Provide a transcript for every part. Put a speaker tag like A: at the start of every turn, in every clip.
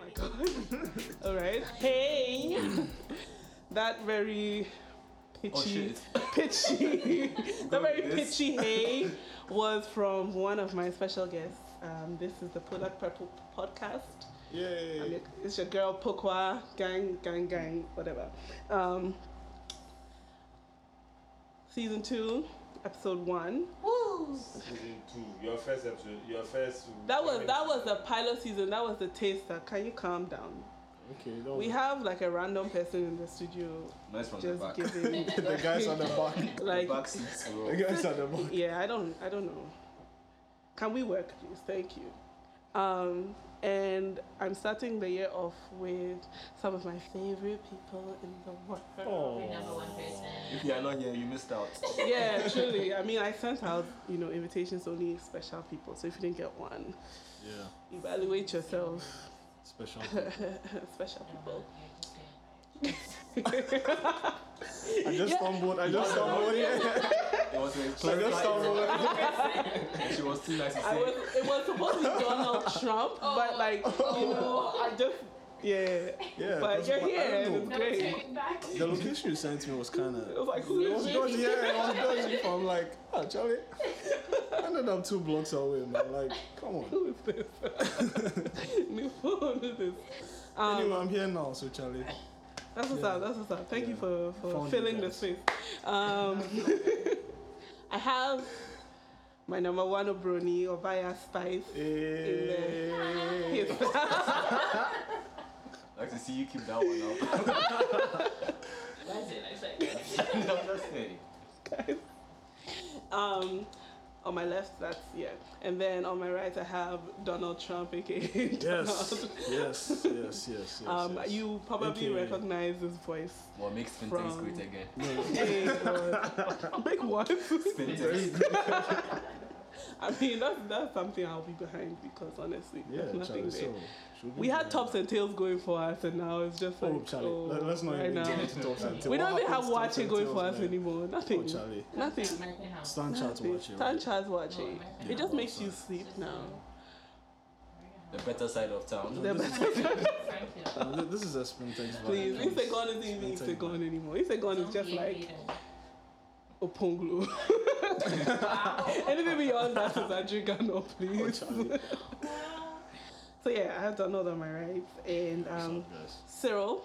A: my god. All right. Hey. that very pitchy,
B: Oh, shit.
A: pitchy, that
B: Go
A: very
B: with this.
A: pitchy hey was from one of my special guests. Um, this is the Product Purple podcast. I'm
B: Yay.
A: your- It's your girl Pokwa, gang, gang, gang, whatever. Um, season two, episode one.
C: Season two, your first episode, your first.
A: That was that was the pilot season. That was the taster. Can you calm down?
B: Okay, that was
A: We have like a random person in the studio
B: nice from the
A: just
B: back.
A: giving
D: the guys on the back.
A: like
B: back seats are all-
D: The guys on the back.
A: yeah i don't i don't know can we work please thank you um, and i'm starting the year off with some of my favorite people in the world
D: Oh.
E: one person.
B: If you are not here, you missed out.
A: yeah truly i mean i sent out you know invitations to only special people so if you didn't get one
D: Yeah,
A: evaluate yourself
D: special.
A: special people
D: I just stumbled. I just stumbled. Yeah.
B: It was a
D: I just stumbled.
B: and she was too nice to
A: I was,
B: say.
A: it was supposed to be donald trump but like you know i just yeah
D: Yeah.
A: but
D: that's
A: you're
D: what- I
A: here
D: don't
A: and
D: know.
A: it's great
E: back.
D: The location you sent me was kind
A: it
D: of.
A: was like
D: It
A: who
D: was
A: is
D: dodgy.
A: this?
D: Yeah, it was dodgy. I'm like, ah, Charlie. I ended up two blocks away, man. Like, come on.
A: Who is this? New phone, who is this? Um,
D: Anyway, I'm here now, so Charlie.
A: that's what's up, that's what's up. Thank you
D: Yeah.
A: for, for
D: Found
A: filling
D: you
A: the
D: guys.
A: space. Um, I have my number one Obroni, Obaya Spice.
D: Eh,
A: Yes.
B: I'd like to see you keep that one up.
E: That's it. Looks like
B: I'm just saying.
A: um, on my left, that's, yeah. And then on my right, I have Donald Trump, aka Donald.
D: Yes, yes, yes, yes, yes.
A: Um,
D: yes.
A: You probably
D: AKA.
A: recognize his voice.
B: What makes Fintex
A: From-
B: great again?
A: Hey, God. Big one.
B: Fintex.
A: I mean, that's, that's something I'll be behind because honestly,
D: Yeah,
A: there's nothing
D: Charlie.
A: there.
D: So should
A: we had tops and tails going for us, and now it's just like,
D: Oh, Charlie.
A: oh,
D: let- let's not
A: right
D: even get
A: now.
D: into tops and tails.
A: We don't
D: What
A: even have
D: happens tops
A: Wache
D: and
A: going
D: tails,
A: for us
D: man?
A: anenougore.
D: Oh,
A: Nothing.
D: Charlie.
A: Nothing.
E: American house.
D: Stand chat to watch it.
A: Stand
D: right?
A: Charles Wache.
E: Oh, my God.
A: it just makes you
D: Yeah.
A: sleep now.
B: The better side of town.
A: The best-
E: Franklin.
D: Um, th- This is a Spintex vibe.
A: Please, Instagon isn't even
D: Spintex
A: Instagon anymore. Instagon is just like Oponglu. Anything beyond that is Adrigano,
D: Oh,
A: please.
D: Charlie.
A: So yeah, I have Donald on my right, and um,
D: What's up, guys?
A: Cyril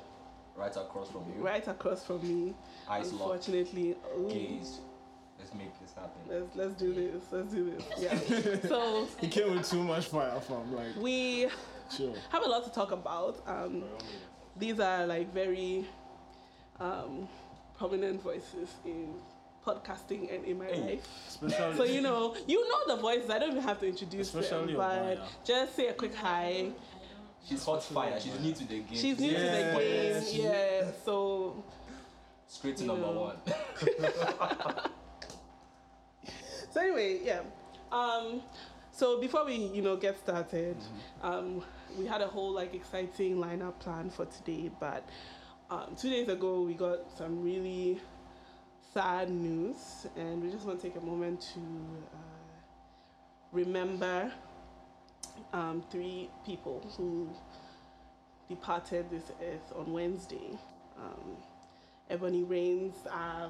B: Right across from you.
A: right across from me.
B: Eyes locked.
A: Unfortunately, ooh,
B: Gaze. Let's make this happen.
A: let's let's do this. Let's do this. Yeah. so
D: He came with too much fire from like
A: we
D: chill.
A: have a lot to talk about. Um, these are like very um, prominent voices in podcasting and in my
B: Hey.
A: life.
D: Especially
A: So you know, you know the voices. I don't even have to introduce
D: Especially
A: them, but
D: Obaya.
A: just say a quick hi.
B: She's hot fire. She's new to the game.
A: She's new
D: Yeah,
A: to the game,
D: she's-
A: yeah. So
B: Straight to
A: You
B: number
A: know.
B: one.
A: So anyway, yeah. Um, so before we, you know, get started, um, we had a whole like exciting lineup plan for today, but um, two days ago we got some really sad news, and we just want to take a moment to uh, remember um, three people who departed this earth on Wednesday. Um, Ebony Rains, our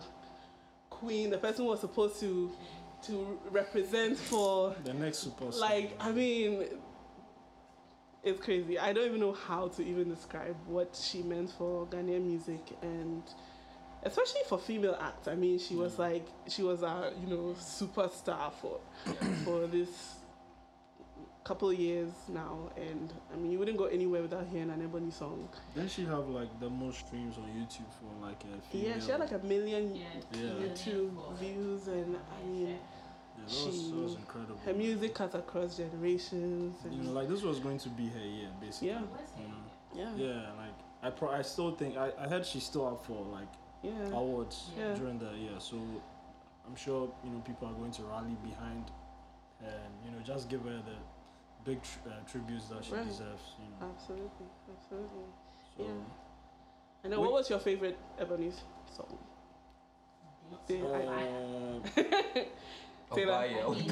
A: queen, the person who was supposed to to represent for
D: the next super star.
A: like I mean it's crazy. I don't even know how to even describe what she meant for Ghanaian music and especially for female acts. I mean she
D: Mm.
A: was like she was our, you know, superstar for for this couple years now and I mean you wouldn't go anywhere without hearing an Ebony song.
D: Then she have like the most streams on YouTube for like a female.
A: Yeah, she had like a million
E: Yeah.
A: YouTube views and I mean
D: Yeah, that, was, that was
A: she-
D: incredible.
A: her music cuts across generations
D: You
A: and
D: know, like this was going to be her year, basically.
A: Yeah.
E: What's
D: You
E: it?
D: know?
A: yeah.
D: Yeah, like I pro- I still think I, I heard she's still up for like
A: Yeah.
D: awards
A: Yeah.
D: during the year, so I'm sure you know people are going to rally behind and you know just give her the big tr- uh, tributes that she
A: Right.
D: deserves. You know.
A: Absolutely, absolutely.
D: So,
A: yeah. I know. What was your favorite Ebony's song? Say, I-
F: Uh,
A: Say that.
B: Abayo.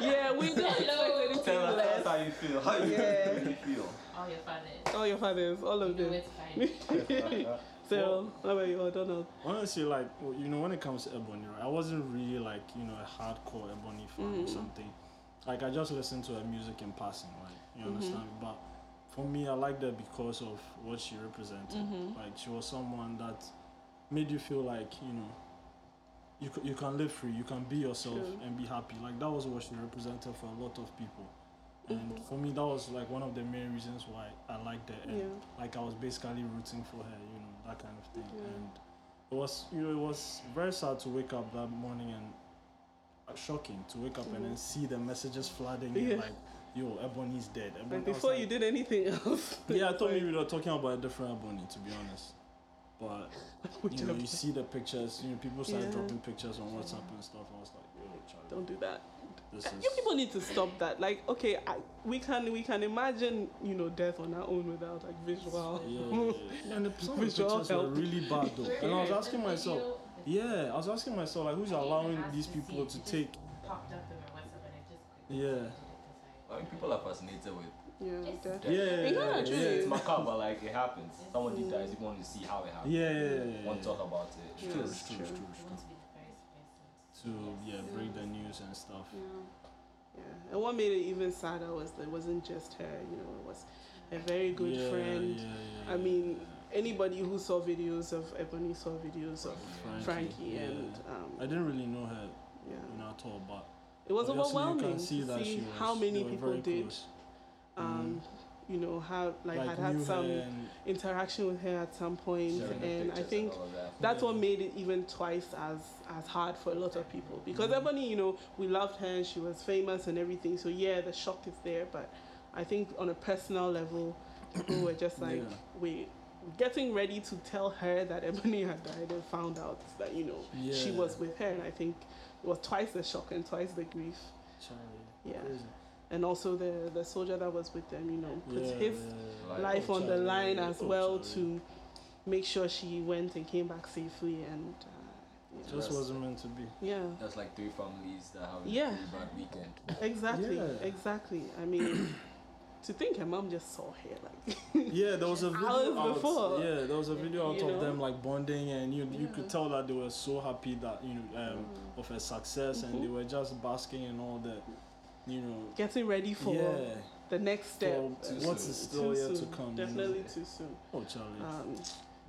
A: yeah, we
D: Oh.
A: don't expect
E: Hello.
A: anything
B: Tell us tell us
A: less.
B: how you feel. How you
A: Yeah.
B: really feel.
E: All your fathers.
A: All your fathers, all
E: You
A: of
E: know where
A: them.
E: to find.
A: Cyril, how about you, Donald?
D: honestly, like w- you know, when it comes to Ebony, right, I wasn't really like you know a hardcore Ebony fan or
A: Mhm.
D: something. Like I just listened to her music in passing, like you
A: Mhm.
D: understand. But for me, I liked her because of what she represented.
A: Mhm.
D: Like she was someone that made you feel like you know. You, c- you can live free, you can be yourself
A: True.
D: and be happy. Like that was what she represented for a lot of people. And
A: Mm-hmm.
D: for me, that was like one of the main reasons why I liked her. And
A: Yeah.
D: like I was basically rooting for her, you know, that kind of thing.
A: Yeah.
D: And it was, you know, it was very sad to wake up that morning and uh, shocking to wake up and then see the messages flooding
A: Mm-hmm. Yeah.
D: in like, yo, Ebony's dead. Ebony,
A: Like
D: I was
A: before
D: like-
A: you did anything else.
D: Yeah, I thought
A: Like,
D: maybe we were talking about a different Ebony, to be honest. But
A: which
D: you know,
A: of-
D: you see the pictures, you know, people start
A: Yeah.
D: dropping pictures on WhatsApp and stuff. I was like, yo, Charlie,
A: Don't do that.
D: this
A: You
D: is
A: people need to stop that. Like, okay, I, we can we can imagine you know death on our own without like visual.
D: Yeah, yeah, yeah. And the, some of the
A: Visual
D: pictures were
A: help.
D: really bad though. And I was
E: The
D: asking myself,
E: video
D: yeah, I was asking myself like, who's
E: I didn't
D: allowing
E: ask
D: these
E: to see
D: people
E: it,
D: to
E: it just
D: take?
E: Popped up in my WhatsApp and I just clicked
D: Yeah.
E: it because
B: I mean, people are fascinated with
A: Yeah,
E: It's-
A: death.
D: Yeah, yeah,
A: It kinda
D: yeah,
A: drew
D: yeah,
A: you.
B: It's macabre, like it happens. Someone did that, you want to see how it happens.
D: yeah, yeah, yeah, yeah.
B: Want to talk about it.
A: Yeah.
B: It's
D: True,
B: just-
D: it's true, it's true,
E: I
D: it's
E: want to be the first
D: true.
E: person.
D: To yeah, break the news and stuff.
A: Yeah. Yeah. And what made it even sadder was that it wasn't just her, you know, it was a very good
D: yeah,
A: friend.
D: Yeah, yeah,
A: I
D: yeah.
A: mean, anybody who saw videos of Ebony saw videos of
D: Frankie,
A: Frankie
D: yeah.
A: and
D: I
A: um,
D: didn't really know her,
A: yeah.
D: you know, at all, but
A: It was
D: obviously
A: overwhelming
D: You can see
A: to
D: that
A: see
D: she was,
A: how many
D: they were
A: people
D: very
A: did
D: close.
A: um, you know, how like, had had
D: knew
A: some
D: her and,
A: interaction with her at some point
B: sharing the
A: and I
B: pictures
A: think
B: all of that.
A: that's what
D: Yeah.
A: made it even twice as as hard for a lot of people because
D: Mm.
A: Ebony, you know, we loved her and she was famous and everything. So yeah, the shock is there, but I think on a personal level, people were just like
D: Yeah.
A: we getting ready to tell her that Ebony had died and found out that you know she
D: Yeah.
A: was with her, and I think it was twice the shock and twice the grief,
D: Charlie,
A: Yeah.
D: crazy.
A: and also the the soldier that was with them, you know, put
D: yeah,
A: his
D: yeah, Oh,
B: Like,
A: life on the
D: Charlie,
A: line
D: yeah,
A: as
D: oh,
A: well
D: Charlie.
A: to make sure she went and came back safely and uh,
D: It
A: yeah.
D: just wasn't meant to be.
A: yeah
B: That's like three families that have a
A: Yeah.
B: really bad weekend.
A: exactly
D: Yeah.
A: exactly i mean to think her mom just saw her like
D: Yeah, there was a video
A: Hours
D: out.
A: before.
D: Yeah, there was a video out
A: You
D: of
A: know?
D: them like bonding, and you you could
A: Yeah. Mm-hmm.
D: tell that they were so happy that you know um, of her success, and they were just basking in all the, you know,
A: getting ready for
D: yeah,
A: the next step
D: for
B: Too
D: what's
B: soon.
D: still
A: Too
D: yet to
A: soon,
D: come. you know.
A: definitely too soon
D: Oh, Charlie.
A: um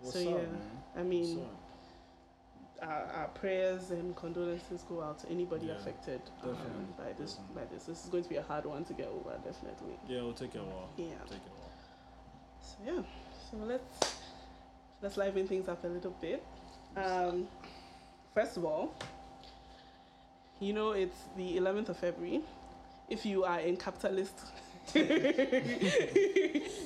D: What's
A: so
D: up,
A: yeah
D: man?
A: i
D: What's
A: mean
D: up?
A: our, our prayers and condolences go out to anybody
D: Yeah,
A: affected um,
D: definitely,
A: by this
D: definitely.
A: by this this is going to be a hard one to get over definitely
D: Yeah, it'll take a while.
A: yeah
D: It'll take a while.
A: So yeah, so let's let's liven things up a little bit. Um, first of all, you know it's the 11th of February. If you are in capitalist,
B: Some of us are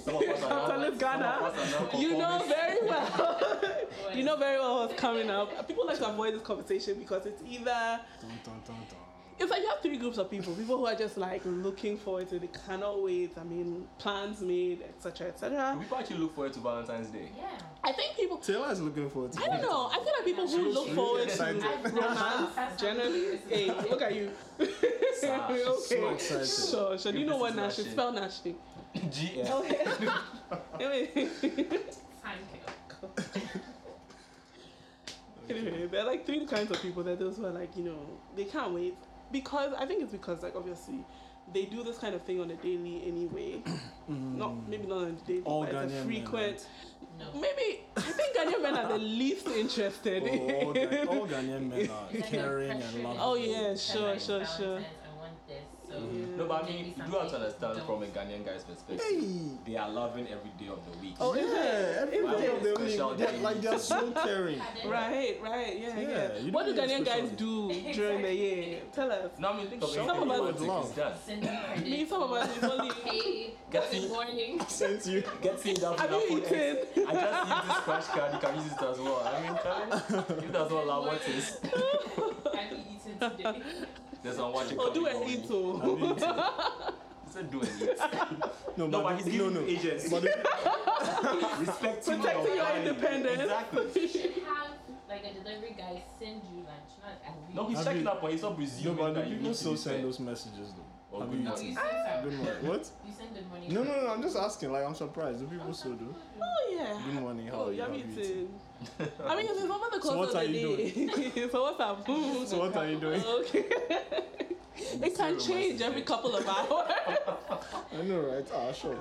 A: Capitalist
B: not- some
A: Ghana,
B: of us are not
A: you know
B: conformist.
A: very well.
E: Boy,
A: you know very well what's coming up. People like to avoid this conversation because it's either
D: Dun, dun, dun, dun.
A: it's like you have three groups of people: people who are just like looking forward to it, they cannot wait. I mean, plans made, etc.,
B: Do
A: etc.
B: people actually look forward to Valentine's Day?
E: Yeah.
A: I think people
F: Taylor is looking forward to
A: I don't
F: it.
A: know. I feel like people who
E: She's
A: look
F: really
A: forward
F: excited.
A: to romance generally. Hey, look at you.
B: Sad.
A: okay.
D: excited.
A: So, so do you
B: If
A: know
B: this
A: what
B: is
A: Nash
B: Nash
A: is?
B: it.
A: Spell Nash thing.
B: GF.
A: Okay. anyway,
E: Time kill.
A: anyway, there are like three kinds of people. There are those who are like, you know, they can't wait because I think it's because like obviously they do this kind of thing on a daily anyway.
F: Mm.
A: Not maybe not on a daily,
D: All
A: but it's
D: Ghanaian
A: a
D: men,
A: frequent.
E: No.
A: Maybe I think Ghanaian men are the least interested.
D: Oh, all, Ghan- all Ghanaian men
E: It's
D: are
E: like
D: caring
E: the
D: and
E: pressure
D: loving.
A: Oh,
E: to
A: yeah,
E: send,
A: sure,
E: like,
A: sure, sure.
E: Valentine's, I want this. So
A: Yeah.
B: No, but I mean,
E: maybe
B: you do have to
E: something
B: understand
E: don't.
B: from a Ghanaian guy's perspective. They are loving every day of the week.
A: Oh, is
F: Yeah,
A: it?
F: every
A: Is
F: day
A: it?
F: of the
B: Special
F: week, they're,
B: days.
F: like they're so caring.
E: I didn't-
A: Right, right, yeah,
D: Yeah,
A: yeah.
D: you
A: What do
D: don't need
A: Ghanaian
D: a
A: guys
D: special-
A: do during the year? Tell us.
B: No, I mean, think of
A: Some
B: it.
A: of us-
B: Romantic is done.
E: Send me credit.
A: Me, some of us is only.
E: Hey,
B: Get
E: good
B: it.
E: morning.
F: Since you
B: Get seen that
A: Have you
B: phone
A: eaten?
B: X. I just use this scratch card. You can use it as well. I mean, tell it. If that's what love what is.
E: Have you eaten today?
B: There's one watching.
A: Oh, do a
B: coming on.
D: I
A: little.
B: He
D: mean,
B: said do a little.
F: No,
B: No, but he's giving
F: no,
B: you
F: no.
B: agency.
F: But the-
B: Respecting
A: Protecting your
B: family.
A: independence.
B: Exactly.
E: You
A: Oh,
E: should have like a delivery guy send you lunch, not a
B: No, he's
D: Have
B: checking
D: you-
B: up, but he's not
F: no,
B: presuming
F: but the
B: that you
F: people
B: need to
F: still
B: be
F: send
B: fed.
F: those messages though.
B: Or
F: Have
B: good
F: you
E: No,
B: morning.
E: you send some.
F: Good morning. What?
E: You send good morning.
F: No, no, no. I'm just asking. Like, I'm surprised. Do people still do?
A: Oh yeah.
F: Good morning. How
A: Oh,
F: are you?
A: yeah,
F: Have
A: me
F: you eaten?
A: too. I mean, it's over the course
F: So what
A: of the
F: are you
A: day. so what's up? Hmm.
F: So what are you doing?
A: Okay. it can
B: Zero
A: change every
B: messages.
A: couple of hours.
F: I know, right? Ah, sure.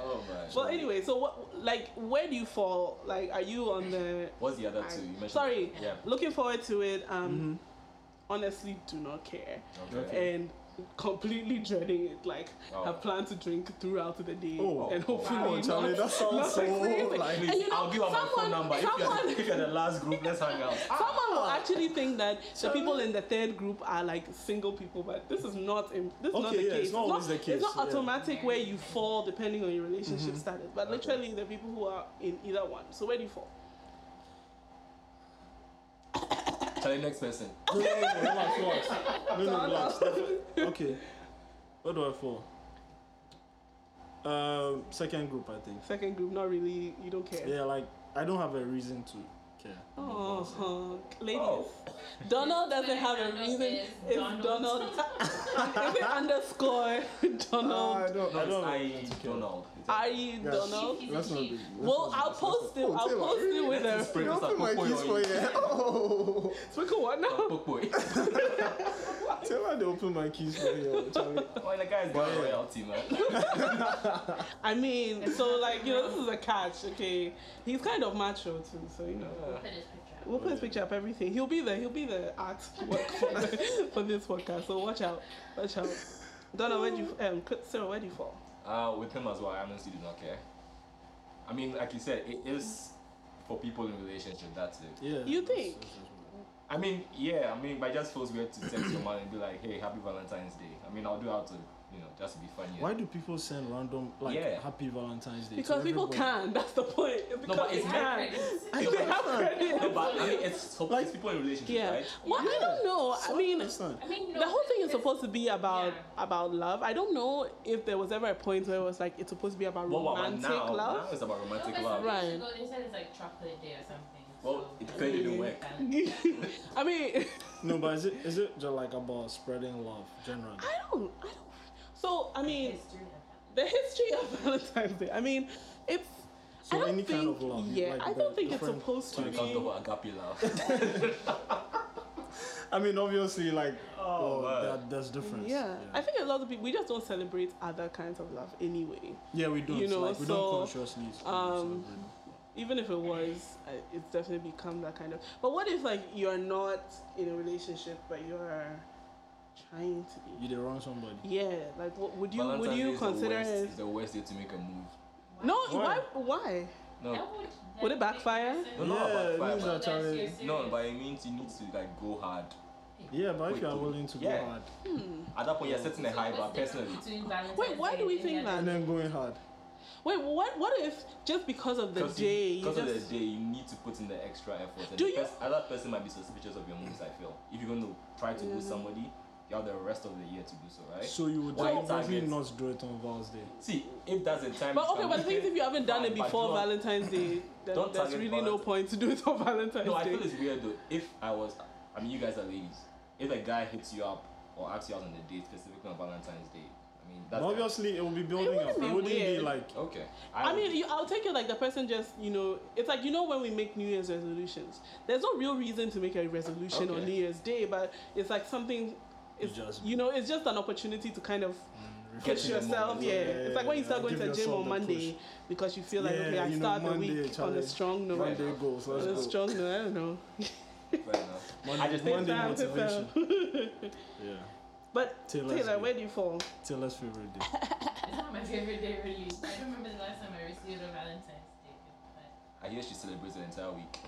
B: Oh man.
A: well, anyway, so what? Like, where do you fall? Like, are you on the
B: What's the other two? You mentioned.
A: Sorry.
B: Yeah.
A: looking forward to it? Um,
F: Mm-hmm.
A: honestly, do not care
B: Okay.
A: and completely dreading it. Like,
B: Oh.
A: I plan to drink throughout the day
F: Oh.
A: and
B: Oh.
A: hopefully
F: Come on, Charlie.
A: not.
F: That sounds so
A: seriously.
F: like.
B: Please,
A: And you know,
B: I'll give out my phone
A: someone-
B: number. If you're,
A: someone-
B: if you're the last group, let's hang out.
F: Ah.
A: Someone will actually think that the
F: Charlie.
A: people in the third group are like single people, but this is not im- this is not
F: Okay,
A: the
F: yeah,
A: case.
F: it's not always the case,
A: It's not
F: yeah. Mm-hmm.
A: automatic where you fall depending on your relationship status, but literally the people who are in either one. So where do you fall?
B: Charlie, next person.
F: No, no, no, relax, relax. No, no, relax.
D: okay. What do I fall? Um, second group, I think.
A: Second group, not really. You don't care.
D: Yeah, like I don't have a reason to care.
A: Oh, huh. ladies.
B: Oh.
A: Donald doesn't have a
E: Donald
A: reason.
E: is
A: It's Donald.
E: Donald.
A: is it underscore
F: Ah, I
A: Donald?
F: don't.
B: No,
F: I
B: it's
F: don't.
B: I Donald.
A: Are you
F: Yes.
A: Donald?
F: Let's not be.
A: Well, I'll post it.
F: Oh,
A: I'll
F: Taylor,
A: post it
F: really?
A: with
B: Let's
A: a.
B: spray
F: You
B: this
F: don't
B: up.
F: put my
B: Pokpoy
F: keys
B: on
F: for
B: you.
F: you. Oh,
A: Twinkle what now?
B: Uh, Pokpoy.
F: tell her they open my keys for you, Charlie.
B: Why the guy's got royalty, man?
A: I mean, so like you know, this is a catch. Okay, he's kind of macho too, so you know.
E: Put his picture.
A: We'll put his picture up, everything. He'll be there. He'll be the art work for, the, for this podcast. So watch out, watch out. Donna, where do you um, Sarah, where do you fall?
B: Uh, with him as well, I honestly do not care. I mean, like you said, it is for people in relationship. That's it.
D: Yeah.
A: You think?
B: I mean, yeah. I mean, but it just feels weird to text your man and be like, "Hey, happy Valentine's Day." I mean, I'll do out to you know just to be funny.
D: Why do people send random like
B: Yeah.
D: Happy Valentine's Day? to
A: Because people
D: everybody?
A: can. That's the point. It's Because
B: but
A: they
B: it's
E: I
B: not-
A: can.
E: credit.
D: I
A: They have credit.
B: No, but I mean, it's for
D: Like-
B: like, people in relationship,
A: Yeah.
B: right?
A: Well, I don't know. I mean,
D: understand.
E: I mean, no,
A: the whole thing is
E: it's-
A: supposed to be about
E: Yeah.
A: about love. I don't know if there was ever a point where it was like it's supposed to be about
B: Well, well, but
A: romantic
B: now,
A: love.
B: now it's about romantic
E: no,
B: love.
A: Right.
E: Right. They said it's like chocolate day or something.
B: Well,
E: so
B: it clearly didn't work.
A: I mean,
D: No, but is it is it just like about spreading love generally?
A: I don't, I don't. So I mean,
E: History of
A: the
E: that.
A: history of Valentine's Day. I mean, it's.
D: So
A: I don't
D: any
A: think,
D: kind of love,
A: Yeah, I
D: like the-
A: don't think
D: the
A: it's
D: friend-
A: supposed to
B: When
A: be.
B: it comes to agape love,
F: I mean, obviously, like.
D: Oh,
B: man.
D: that, that's different.
A: Yeah, I
D: yeah.
A: think a lot of people we just don't celebrate other kinds of love anyway.
D: Yeah, we don't.
A: you know,
D: like, we
A: so,
D: don't consciously.
A: um,
D: celebrate.
A: Even if it was, I- it's definitely become that kind of. But what if like you're not in a relationship, but you're trying to be?
D: you did wrong somebody.
A: Yeah, like what would you
B: Valentine's
A: would
B: Day
A: you
B: is
A: consider?
B: the worst,
A: it-
B: is the worst day to make a move?
A: No, why?
D: Why?
A: Why?
B: No,
E: That would, like,
A: Would it backfire?
E: make sense.
B: No, no,
D: yeah,
B: but-
D: it
B: but-
D: means that
E: Unless you're
D: Charlie.
B: no,
E: serious.
B: but it means you need to like go hard.
D: Yeah, but if
B: Wait,
D: you are
B: do-
D: willing to
B: yeah.
D: go hard
B: At that point, you're setting a high bar. Personally,
A: Wait, why do we think that?
F: And then going hard.
A: Wait, what? What if just because of the
B: because
A: day? You,
B: because
A: just,
B: of the day, you need to put in the extra effort. And
A: Do
B: the
A: you-
B: pers- other person might be suspicious of your moves. I feel if you're going to try to woo somebody, you have the rest of the year to do so, right?
D: So you would
B: Why
D: definitely
B: target?
D: not do it on Val's Day.
B: See, if that's the time.
A: But
B: you
A: okay,
B: can
A: but the thing
B: do
A: is, if you haven't done it
B: fine, but
A: before
B: do not-
A: Valentine's Day, then
B: Don't
A: there's
B: target
A: really no
B: Valentine's-
A: point to do it on Valentine's
B: No, I
A: Day.
B: feel it's weird though. If I was, I mean, you guys are ladies. If a guy hits you up or asks you out on a date, specifically on Valentine's Day, I mean, that's
D: But obviously, it will be building up.
A: wouldn't be
D: It wouldn't be
A: weird.
D: like
B: okay.
A: I mean, you, I'll take it like the person just, you know, it's like, you know, when we make New Year's resolutions, there's no real reason to make a resolution on
B: Okay.
A: New Year's Day, but it's like something, it's,
D: You just-
A: you know, it's just an opportunity to kind of
B: Get
A: push
B: in the
A: yourself.
B: moment.
A: yeah.
D: Yeah,
A: it's like when you
D: yeah,
A: start going
D: give
A: to the gym
D: yourself
A: on
D: the
A: Monday
D: push.
A: because you feel like,
D: Yeah,
A: okay, I
D: you know,
A: start the
D: Monday,
A: week on a
D: Charlie.
A: strong note.
B: Right.
F: Monday goes.
A: On a
F: Let's go.
A: strong note, I don't know.
B: Fair enough.
D: Monday,
B: I just think
D: Monday
A: that-
D: motivation. yeah,
A: But
D: Taylor's
A: Taylor,
D: Day.
A: where do you fall?
D: Taylor's favorite day.
E: It's not my favorite day, really. I don't remember the last time I received a Valentine's Day. gift, but-
B: I hear she celebrates the entire week.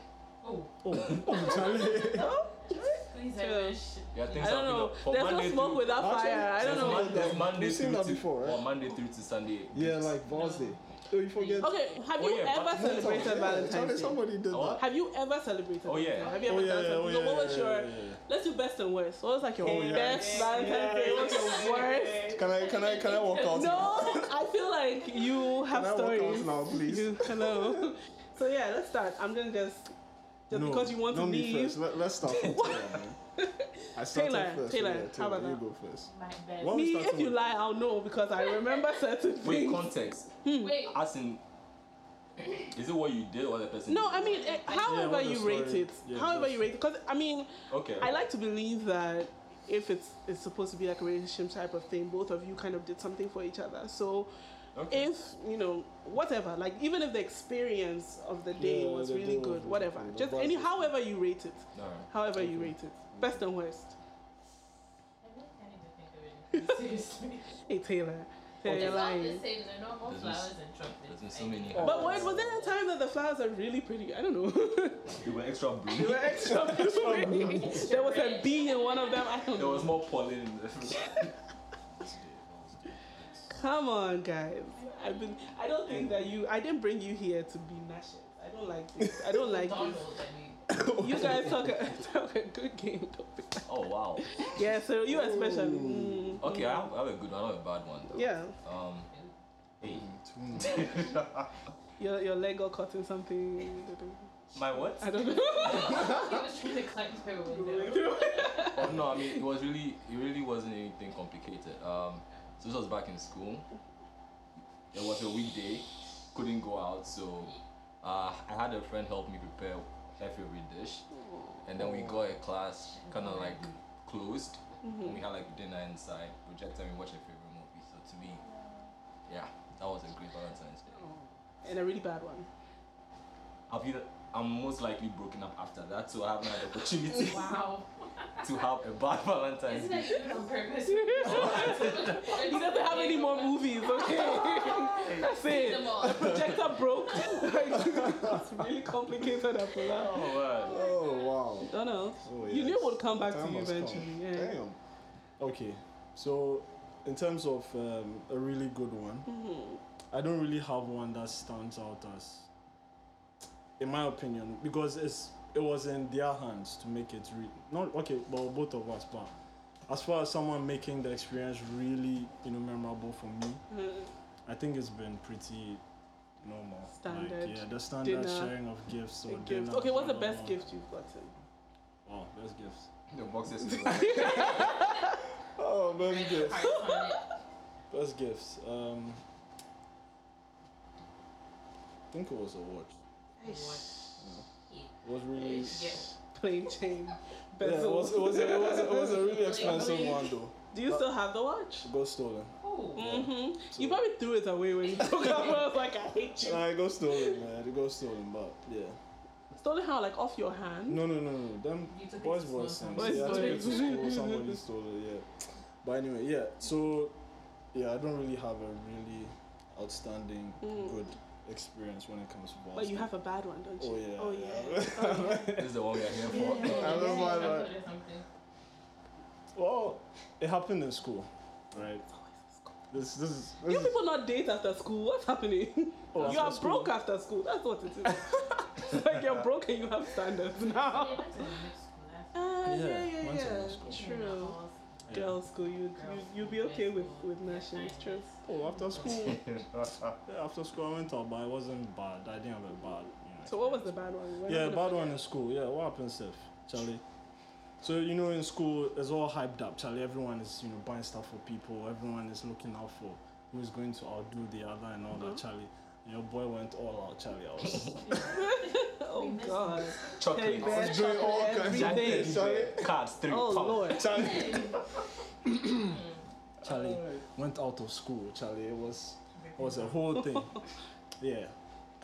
E: Oh,
D: Oh,
F: Oh, Charlie.
E: please, I
A: Chill.
E: wish.
B: Yeah, things
A: I don't
B: happen
A: know.
B: up- from
A: There's
B: Monday
A: no smoke
B: through-
A: without
F: Actually,
A: fire. I don't
B: there's
A: know.
B: Mon- There's Monday
F: We've seen
B: through
F: that
B: to-
F: before, right?
B: Well, Monday through to Sunday.
F: Yeah,
B: gigs.
F: like Val's Day. Oh, you forget.
A: Okay, have
B: Oh,
A: you
B: yeah,
A: ever
B: but-
A: celebrated
F: Yeah, Charlie,
A: Valentine's Day?
F: somebody did
B: Oh,
F: that.
A: Have you ever celebrated?
B: Oh, yeah.
A: Valentine's Day? Have you
F: Oh,
A: ever
F: yeah,
A: done
F: yeah,
A: something? no,
F: oh, yeah,
A: what was
F: yeah,
A: your?
F: yeah, yeah.
A: Let's do best and worst. What was like your
F: Oh, yeah.
A: best Valentine's Day? What was your worst?
F: Can I can I can I walk out?
A: No,
F: now?
A: I feel like you have
F: Can I walk
A: stories.
F: out now, please?
A: You, hello. so yeah, let's start. I'm gonna just just
F: No,
A: because you want to
F: not me
A: leave.
F: first. Let, let's start from Taylor. man. I started
A: Taylor,
F: first.
A: Taylor,
F: yeah,
A: how about
F: you
A: that?
F: go first.
E: My
F: What-
A: Me,
E: best.
F: Why we start
A: if you
F: somewhere?
A: lie, I'll know because I remember certain
B: Wait,
A: things.
B: context.
A: Hmm.
E: Wait,
B: As in, is it what you did or the person?
A: No,
B: did?
A: I mean, eh, however
D: what the
A: you rate
D: story-
A: it,
D: yeah,
A: however
D: that's-
A: you rate it, because I mean,
B: Okay.
A: I like to believe that if it's it's supposed to be like a relationship type of thing, both of you kind of did something for each other. So
B: Okay.
A: if you know whatever, like even if the experience of the day
F: Yeah,
A: was
F: the
A: really
F: day was
A: good,
F: really
A: whatever,
F: good, the
A: just
F: vibes
A: any
F: was-
A: however you rate it,
B: Alright.
A: however you rate it, best and worst.
E: I really can't even think of it. Seriously.
A: Hey Taylor, Taylor,
E: It's
A: you're
E: all the
A: lying.
E: same. The normal
B: There's been s-
E: flowers and
B: there's
E: chocolates.
B: been so
E: I
B: many.
E: think.
A: But wait, was there a time that the flowers are really pretty? I don't know.
B: You were extra
A: they
B: blue.
A: were extra pretty. there was a bee in one of them. I don't
B: there
A: know.
B: was more pollen in the
A: Come on, guys. I've been. I don't think that you. I didn't bring you here to be nashes. I don't like this. I don't like this.
E: McDonald's, I mean.
A: You guys talk a, talk a good game. Don't be-
B: Oh wow.
A: Yeah, so you especially. Mm,
B: Okay, I have, I have a good one. I have a bad one though.
A: Yeah,
B: Um. Hey. Um,
A: your your leg got caught in something.
B: My what?
A: I don't know.
E: He was trying to climb through a window.
B: Oh no, I mean it was really it really wasn't anything complicated. Um, so this was back in school. It was a weekday, couldn't go out, so uh, I had a friend help me prepare her favorite dish, and then we got a class kind of like closed.
E: Mm-hmm.
B: And we had like dinner inside, projector, and we watched a favorite movie. So to me, yeah, that was a great Valentine's Day.
A: And a really bad one.
E: Oh.
B: I've been, I'm most likely broken up after that, so I haven't had the opportunity
E: Wow.
B: to have a bad Valentine's
E: Isn't
B: Day.
E: that even on purpose?
A: He doesn't have any more movies. Okay, that's it.
E: Them all.
A: Projector broke. it's really complicated after that.
B: Oh, man.
F: Oh wow.
A: Don't know.
F: Oh,
A: You knew
F: yes.
A: it would come back to
F: Time
A: you
F: has come.
A: eventually. Yeah.
F: Damn.
D: Okay, so in terms of um, a really good one,
A: Mhm.
D: I don't really have one that stands out as, in my opinion, because it's it was in their hands to make it real. Not okay, well, both of us, but as far as someone making the experience really, you know, memorable for me,
A: Mhm.
D: I think it's been pretty normal.
A: Standard
D: Like, yeah, the standard
A: dinner,
D: sharing of gifts or
A: A gift.
D: dinner,
A: Okay, what's the
D: blah,
A: best
D: blah,
A: gift you've gotten?
D: blah. Wow, best gifts.
B: The boxes is
F: Oh,
E: Red
F: best gift.
E: hearts on it.
D: Best gifts. Um, I think it was a watch. It was really.
E: Yeah.
A: Plain chain.
D: Yeah, it
A: Bezel.
D: was, it, was a, it, was, it was a really
E: Like,
D: expensive
E: really?
D: one though.
A: Do you still have the watch?
D: It got stolen.
E: Oh.
A: hmm
D: So-
A: you probably threw it away when you took it. I was like, I hate you.
D: Nah, it got stolen, man. It got stolen, but yeah.
A: Stolen how? Like off your hand?
D: No, no, no, no. Them
E: You took it
D: boys
E: to
D: were
E: school,
D: some.
A: Boys
D: Yeah, I took it to
A: were-
D: school. Somebody stole it. Yeah. But anyway, yeah. So, yeah, I don't really have a really outstanding
A: Mm.
D: good experience when it comes to balls.
A: But you have a bad one, don't you?
D: Oh yeah.
A: Oh yeah.
B: This is the one we are here
E: Yeah.
B: for.
F: I don't know why that-
E: Chocolate or something.
D: Well, it happened in school, right?
A: Oh,
D: This, this is. This
A: You
D: is
A: people not date after school. What's happening?
D: oh,
A: you
D: after
A: are
D: school.
A: broke after school. That's what it is. It's like you're broke and you have standards
E: Yeah,
A: now.
E: that's a mixed school. That's-
A: Ah, yeah, yeah, yeah.
D: once in high school.
A: True.
E: Girls.
D: Yeah.
A: Girls' school, you you you'll be okay with with national. It's true.
D: Oh, after school. yeah, after school I went out, but it wasn't bad. I didn't have a bad. You know,
A: So what was the
D: experience.
A: bad one? We're
D: Yeah,
A: not gonna
D: bad one
A: forget.
D: in school. Yeah, what happened, Steph? Charlie. So you know, in school, it's all hyped up. Charlie, everyone is you know buying stuff for people. Everyone is looking out for who is going to outdo the other and all
A: Mm-hmm.
D: that. Charlie, your boy went all out. Charlie, I was
A: Oh God. Teddy
B: Chocolate.
A: bear,
F: was doing all
A: chocolate,
F: kinds of
B: Jack
A: everything.
B: Teddy Bear. Cards, three
A: Oh
B: pounds.
A: Lord.
F: Charlie.
D: Charlie went out of school. Charlie, it was it was a whole thing. yeah,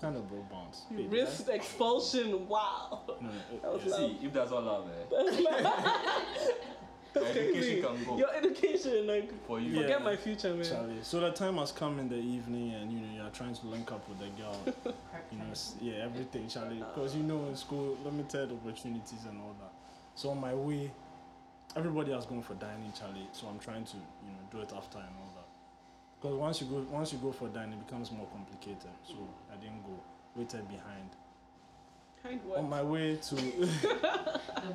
D: kind of broke bounds.
A: You
D: baby,
A: risked expulsion. Wow.
D: right? No, no, it-
A: That was
D: yeah.
B: See, if that's all love, eh?
A: That's
B: Education
A: crazy.
B: can go
A: Your education, like,
B: for you.
D: Yeah.
A: forget my future, man.
D: Charlie. So the time has come in the evening, and you know you're trying to link up with the girl. you know, s- yeah, everything, Charlie. Because you know, in school, limited opportunities and all that. So on my way, everybody has gone for dining, Charlie. So I'm trying to, you know, do it after and all that. Because once you go once you go for dine, it becomes more complicated. So I didn't go. Waited behind.
A: Kind what?
D: On Oh, my way to
E: The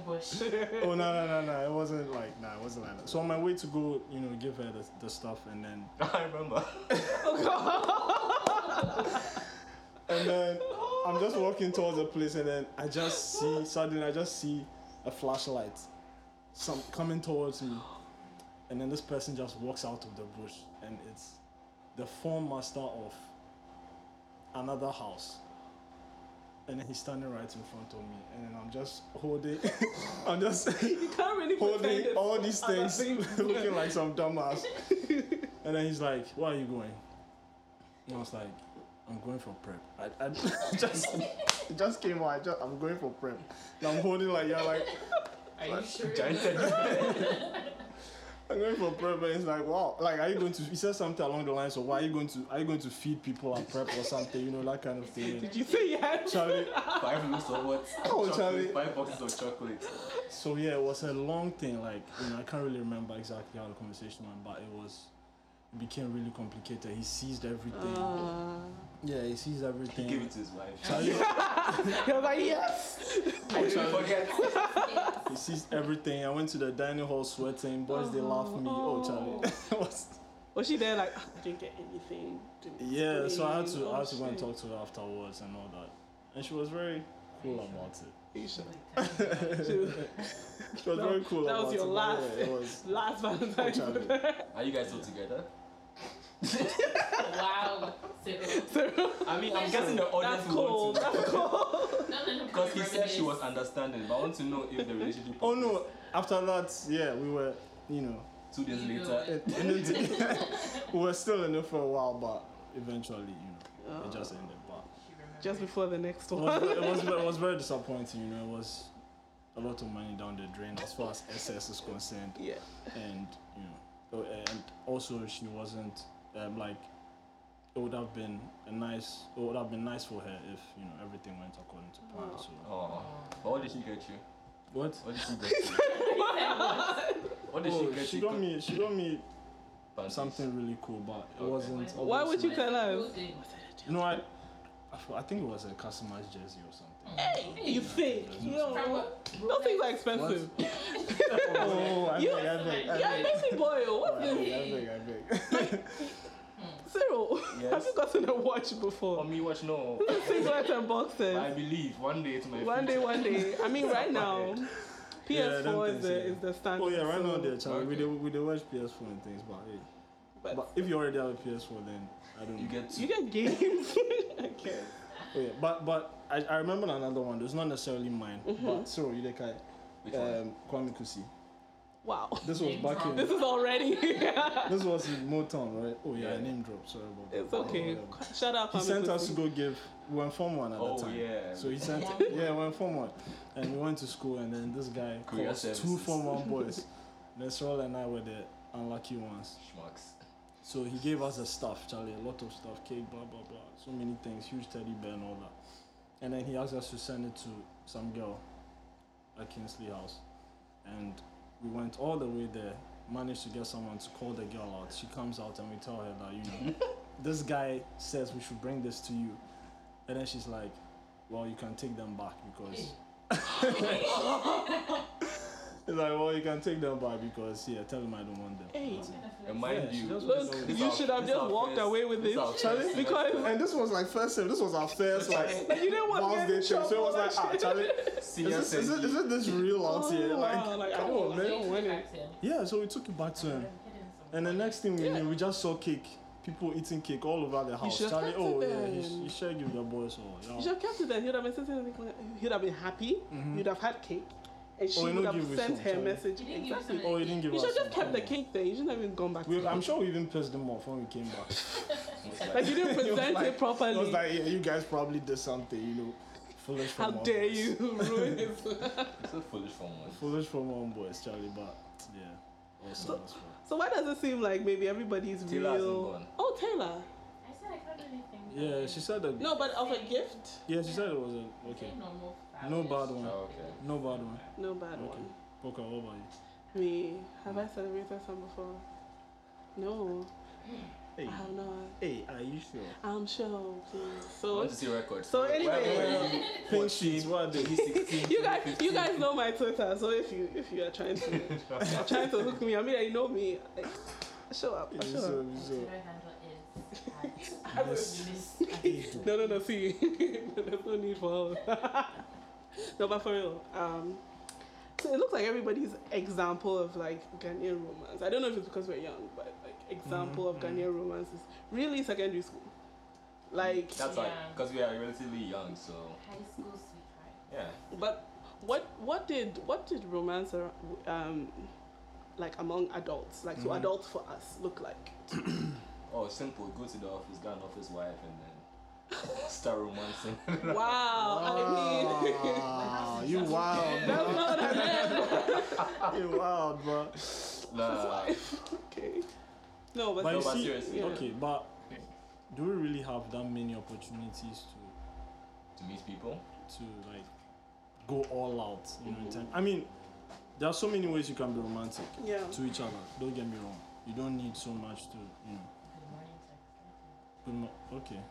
E: bush.
D: oh no no no no! It wasn't like nah, it wasn't like that. So on my way to go, you know, give her the, the stuff, and then
B: I remember.
D: and then
A: Oh,
D: I'm just walking towards the place, and then I just see suddenly I just see a flashlight, some coming towards me, and then this person just walks out of the bush, and it's the form master of another house. And then he's standing right in front of me, and then I'm just holding, I'm just
A: you can't really pretend
D: holding
A: it's
D: all these
A: other
D: things,
A: things.
D: looking like some dumbass. and then he's like, "Where are you going?" And I was like, "I'm going for prep." I, I just it just came out. I just, I'm going for prep. And I'm holding like yeah, like
E: Are you sure?
D: I'm going for prep. And he's like, "Wow, like are you going to?" He said something along the lines of, "Why are you going to? Are you going to feed people at prep or something? You know that kind of thing."
A: Did you say yes?
D: Charlie,
B: Five loaves of what?
D: Oh,
B: Chocolate,
D: Charlie.
B: Five boxes of chocolate.
D: So yeah, it was a long thing. Like you know, I can't really remember exactly how the conversation went, but it was it became really complicated. He seized everything.
A: Ah.
B: Uh,
D: yeah, he seized
B: He
D: everything.
B: gave it to his wife.
D: Charlie,
A: You're like yes.
B: Oh, Charlie, forget.
D: he seized everything. I went to the dining hall sweating. Boys, they laughed me. Oh, Charlie, It was,
A: Was she there? Like "Ah, I didn't get anything. Didn't
D: yeah. So I had to
A: Oh,
D: I had to go and
A: shit.
D: talk to her afterwards and all that, and she was very cool about it.
A: She was-
D: She was
A: That-
D: very cool.
A: that
D: about
A: was your
D: it, but
A: last-
D: Yeah, it was. Oh,
A: Last Valentine's.
D: Charlie.
B: Are you guys still together?
E: wow. Zero.
B: I mean, I'm guessing the audience
A: That's
B: would
A: cold.
B: want to
A: That's cold.
E: None of them
B: Because he
E: remember
B: said she
E: this.
B: was understanding, but I want to know if the relationship.
D: Oh no! After that, yeah, we were, you know,
B: Two days
E: You know
B: later.
D: it ended. we were still in it for a while, but eventually, you know, it just ended. But
E: She remembered.
A: Just before the next
D: it was,
A: one.
D: it was it was very disappointing. You know, it was a lot of money down the drain as far as SS is concerned,
A: Yeah.
D: and you know, oh, and also she wasn't um, like. It would have been a nice. It would have been nice for her if you know everything went according to plan. So
B: Oh, but what did she get you?
D: what?
B: What did she get you? what did she
D: Oh,
B: get
D: she
B: you?
D: got me. She got me
B: Panties.
D: something really cool, but it
B: Okay.
D: wasn't.
A: Why would
D: obviously-
A: you tell her?
E: Clothing.
D: You know, I, I, feel- I think it was a customized jersey or something.
A: You think?
E: From
A: No.
E: what?
A: Those things are expensive.
D: oh, I
A: You-
D: beg, I beg, I
A: You're a
D: beg.
A: messy boy. oh, What's
D: I
A: this?
D: beg, I beg, I beg.
A: Cyril, have
B: Yes.
A: you gotten a watch
B: For
A: before?
B: me, watch no.
A: Singlets and boxes.
B: But I believe one day to my
A: One day,
B: future-
A: one day. I mean, right now, PS4
D: Yeah, them
A: is,
D: things,
A: the,
D: yeah.
A: is the standard.
D: Oh yeah, right now
A: so-
D: they're trying. We
B: Okay.
D: they we they watch PS4 and things, but hey,
A: But,
D: but if you already have a PS4, then I don't.
B: You
D: know.
B: get
A: you
B: two.
A: get games. I guess.
D: Oh, yeah, but but I, I remember another one. It's not necessarily mine, but so you like I,
B: Mm-hmm. Which one?
D: um, Kwame Kusi.
A: Wow.
D: This was
E: Name
D: back
E: drop.
D: in.
A: This is already.
D: This was in Motown, right? Oh yeah,
B: Yeah.
D: name drop. Sorry about that.
A: it's okay.
D: Whatever.
A: Shout out.
D: He
A: Kwame
D: sent us
A: Kusi.
D: to go give. We went form one at
B: Oh,
D: the time.
B: yeah.
D: So he sent. yeah, we went form one, and we went to school, and then this guy
B: Courier
D: calls two
B: services.
D: form one boys. Nesrol and I were the unlucky ones.
B: Schmucks.
D: So he gave us the stuff, Charlie, a lot of stuff, cake, blah blah blah, so many things, huge teddy bear and all that. And then he asked us to send it to some girl at Kingsley House, and we went all the way there, managed to get someone to call the girl out. She comes out and we tell her that you know, this guy says we should bring this to you, and then she's like, well, you can take them back because. It's like, well, you can take them back because, yeah, tell him I don't want them.
A: Hey.
B: And mind
D: she
B: you,
D: does
B: this
A: Look,
B: is
A: you
B: our-
A: should have
B: this is
A: just
B: our
A: walked
B: first-
A: away with
B: this is
A: it.
B: our first
A: Charlie, because-
B: semester.
D: And this was like first sem. This was our first like
A: But you didn't want
D: Val's
A: to
D: Day
A: get
D: trip. So it was like, ah, Charlie,
B: senior
D: is, this, is, it, is it this real out here?
A: Oh,
D: Like,
A: like, I
D: come
A: don't
D: on,
A: like
D: man.
A: don't win it.
D: Yeah, so we took it back to him. And the next thing we
A: Yeah.
D: knew, we just saw cake. People eating cake all over the house.
A: should have
D: Charlie,
A: kept
D: oh
A: it
D: yeah, you,
A: then.
D: sh- you should give the boys all.
A: You
D: Yeah.
A: should have kept it then. You'd have been sitting there like, you'd have been happy. You'd have had cake. And she
D: Mm-hmm. Oh, you
A: would
D: know,
A: have
D: give me
A: sent
D: some,
A: her
D: Charlie.
A: message.
E: You didn't give
A: Exactly.
E: some-
D: Oh, you didn't give
A: You
D: us.
A: should have just
D: some,
A: kept
D: come
A: the
D: on.
A: cake there. You shouldn't have even gone back.
D: We,
A: to
D: I'm
A: it.
D: sure we even pissed them off when we came back.
B: Most likely.
A: Like you didn't
D: It was
A: present
D: like-
A: it properly.
D: It was like, yeah, you guys probably did something, you know, foolish from
A: How
D: our
A: dare
D: boys.
A: you ruin his life.
B: It's a foolish form one.
D: Foolish from one boys, Charlie, but yeah, also that's fine.
A: So why does it seem like maybe everybody's
B: Taylor hasn't
A: real?
B: gone.
A: Oh, Taylor.
E: I said I can't do anything.
D: Yeah, she said that.
A: No, but of a gift.
D: Yeah, she said it was a okay.
E: Say normal
D: No
E: flowers.
D: bad one.
B: Oh, okay.
D: No bad one.
A: No bad
D: Okay.
A: one.
D: Okay, what about you?
A: Me. Have I celebrated some before? No.
D: Hey,
A: I have not.
D: hey, are you sure?
A: I'm sure. Please.
B: I
A: So
B: want to see records.
A: So anyway- uh,
D: Pink sheets, what are they?
A: you guys, you guys know my Twitter. So if you if you are trying to are trying to hook me, I mean, I know me. Like, show up.
D: It's
A: Show up.
D: so- it's
E: Your
D: so-
E: Twitter handle is at
D: Miss-
E: Miss Adebayo.
A: No, no, no. See, there's no need for all. no, but for real. Um, so it looks like everybody's example of like Ghanaian romance. I don't know if it's because we're young, but like example of Ghanaian romance is really secondary school. Like,
B: That's like
E: Yeah.
B: because we are relatively young, so
E: High school sweetheart.
B: yeah.
A: but what what did what did romance ar- um like among adults, like so
D: Mhm.
A: adults for us, look like?
B: Oh, simple. Go to the office, get an office wife, and then start romancing.
A: Wow, I mean,
D: Ah,
F: Wow, you wild,
A: that's
F: bro.
A: not what I meant.
F: You wild, bro.
B: nah.
A: okay. No, but,
D: But you
B: No, but
D: see,
B: seriously,
A: yeah.
D: okay, but do we really have that many opportunities to
B: To meet people.
D: to like go all out? You know, in time. I mean, there are so many ways you can be romantic
A: yeah.
D: to each other. Don't get me wrong. You don't need so much to, you know.
E: Good morning text.
D: good mo- Okay,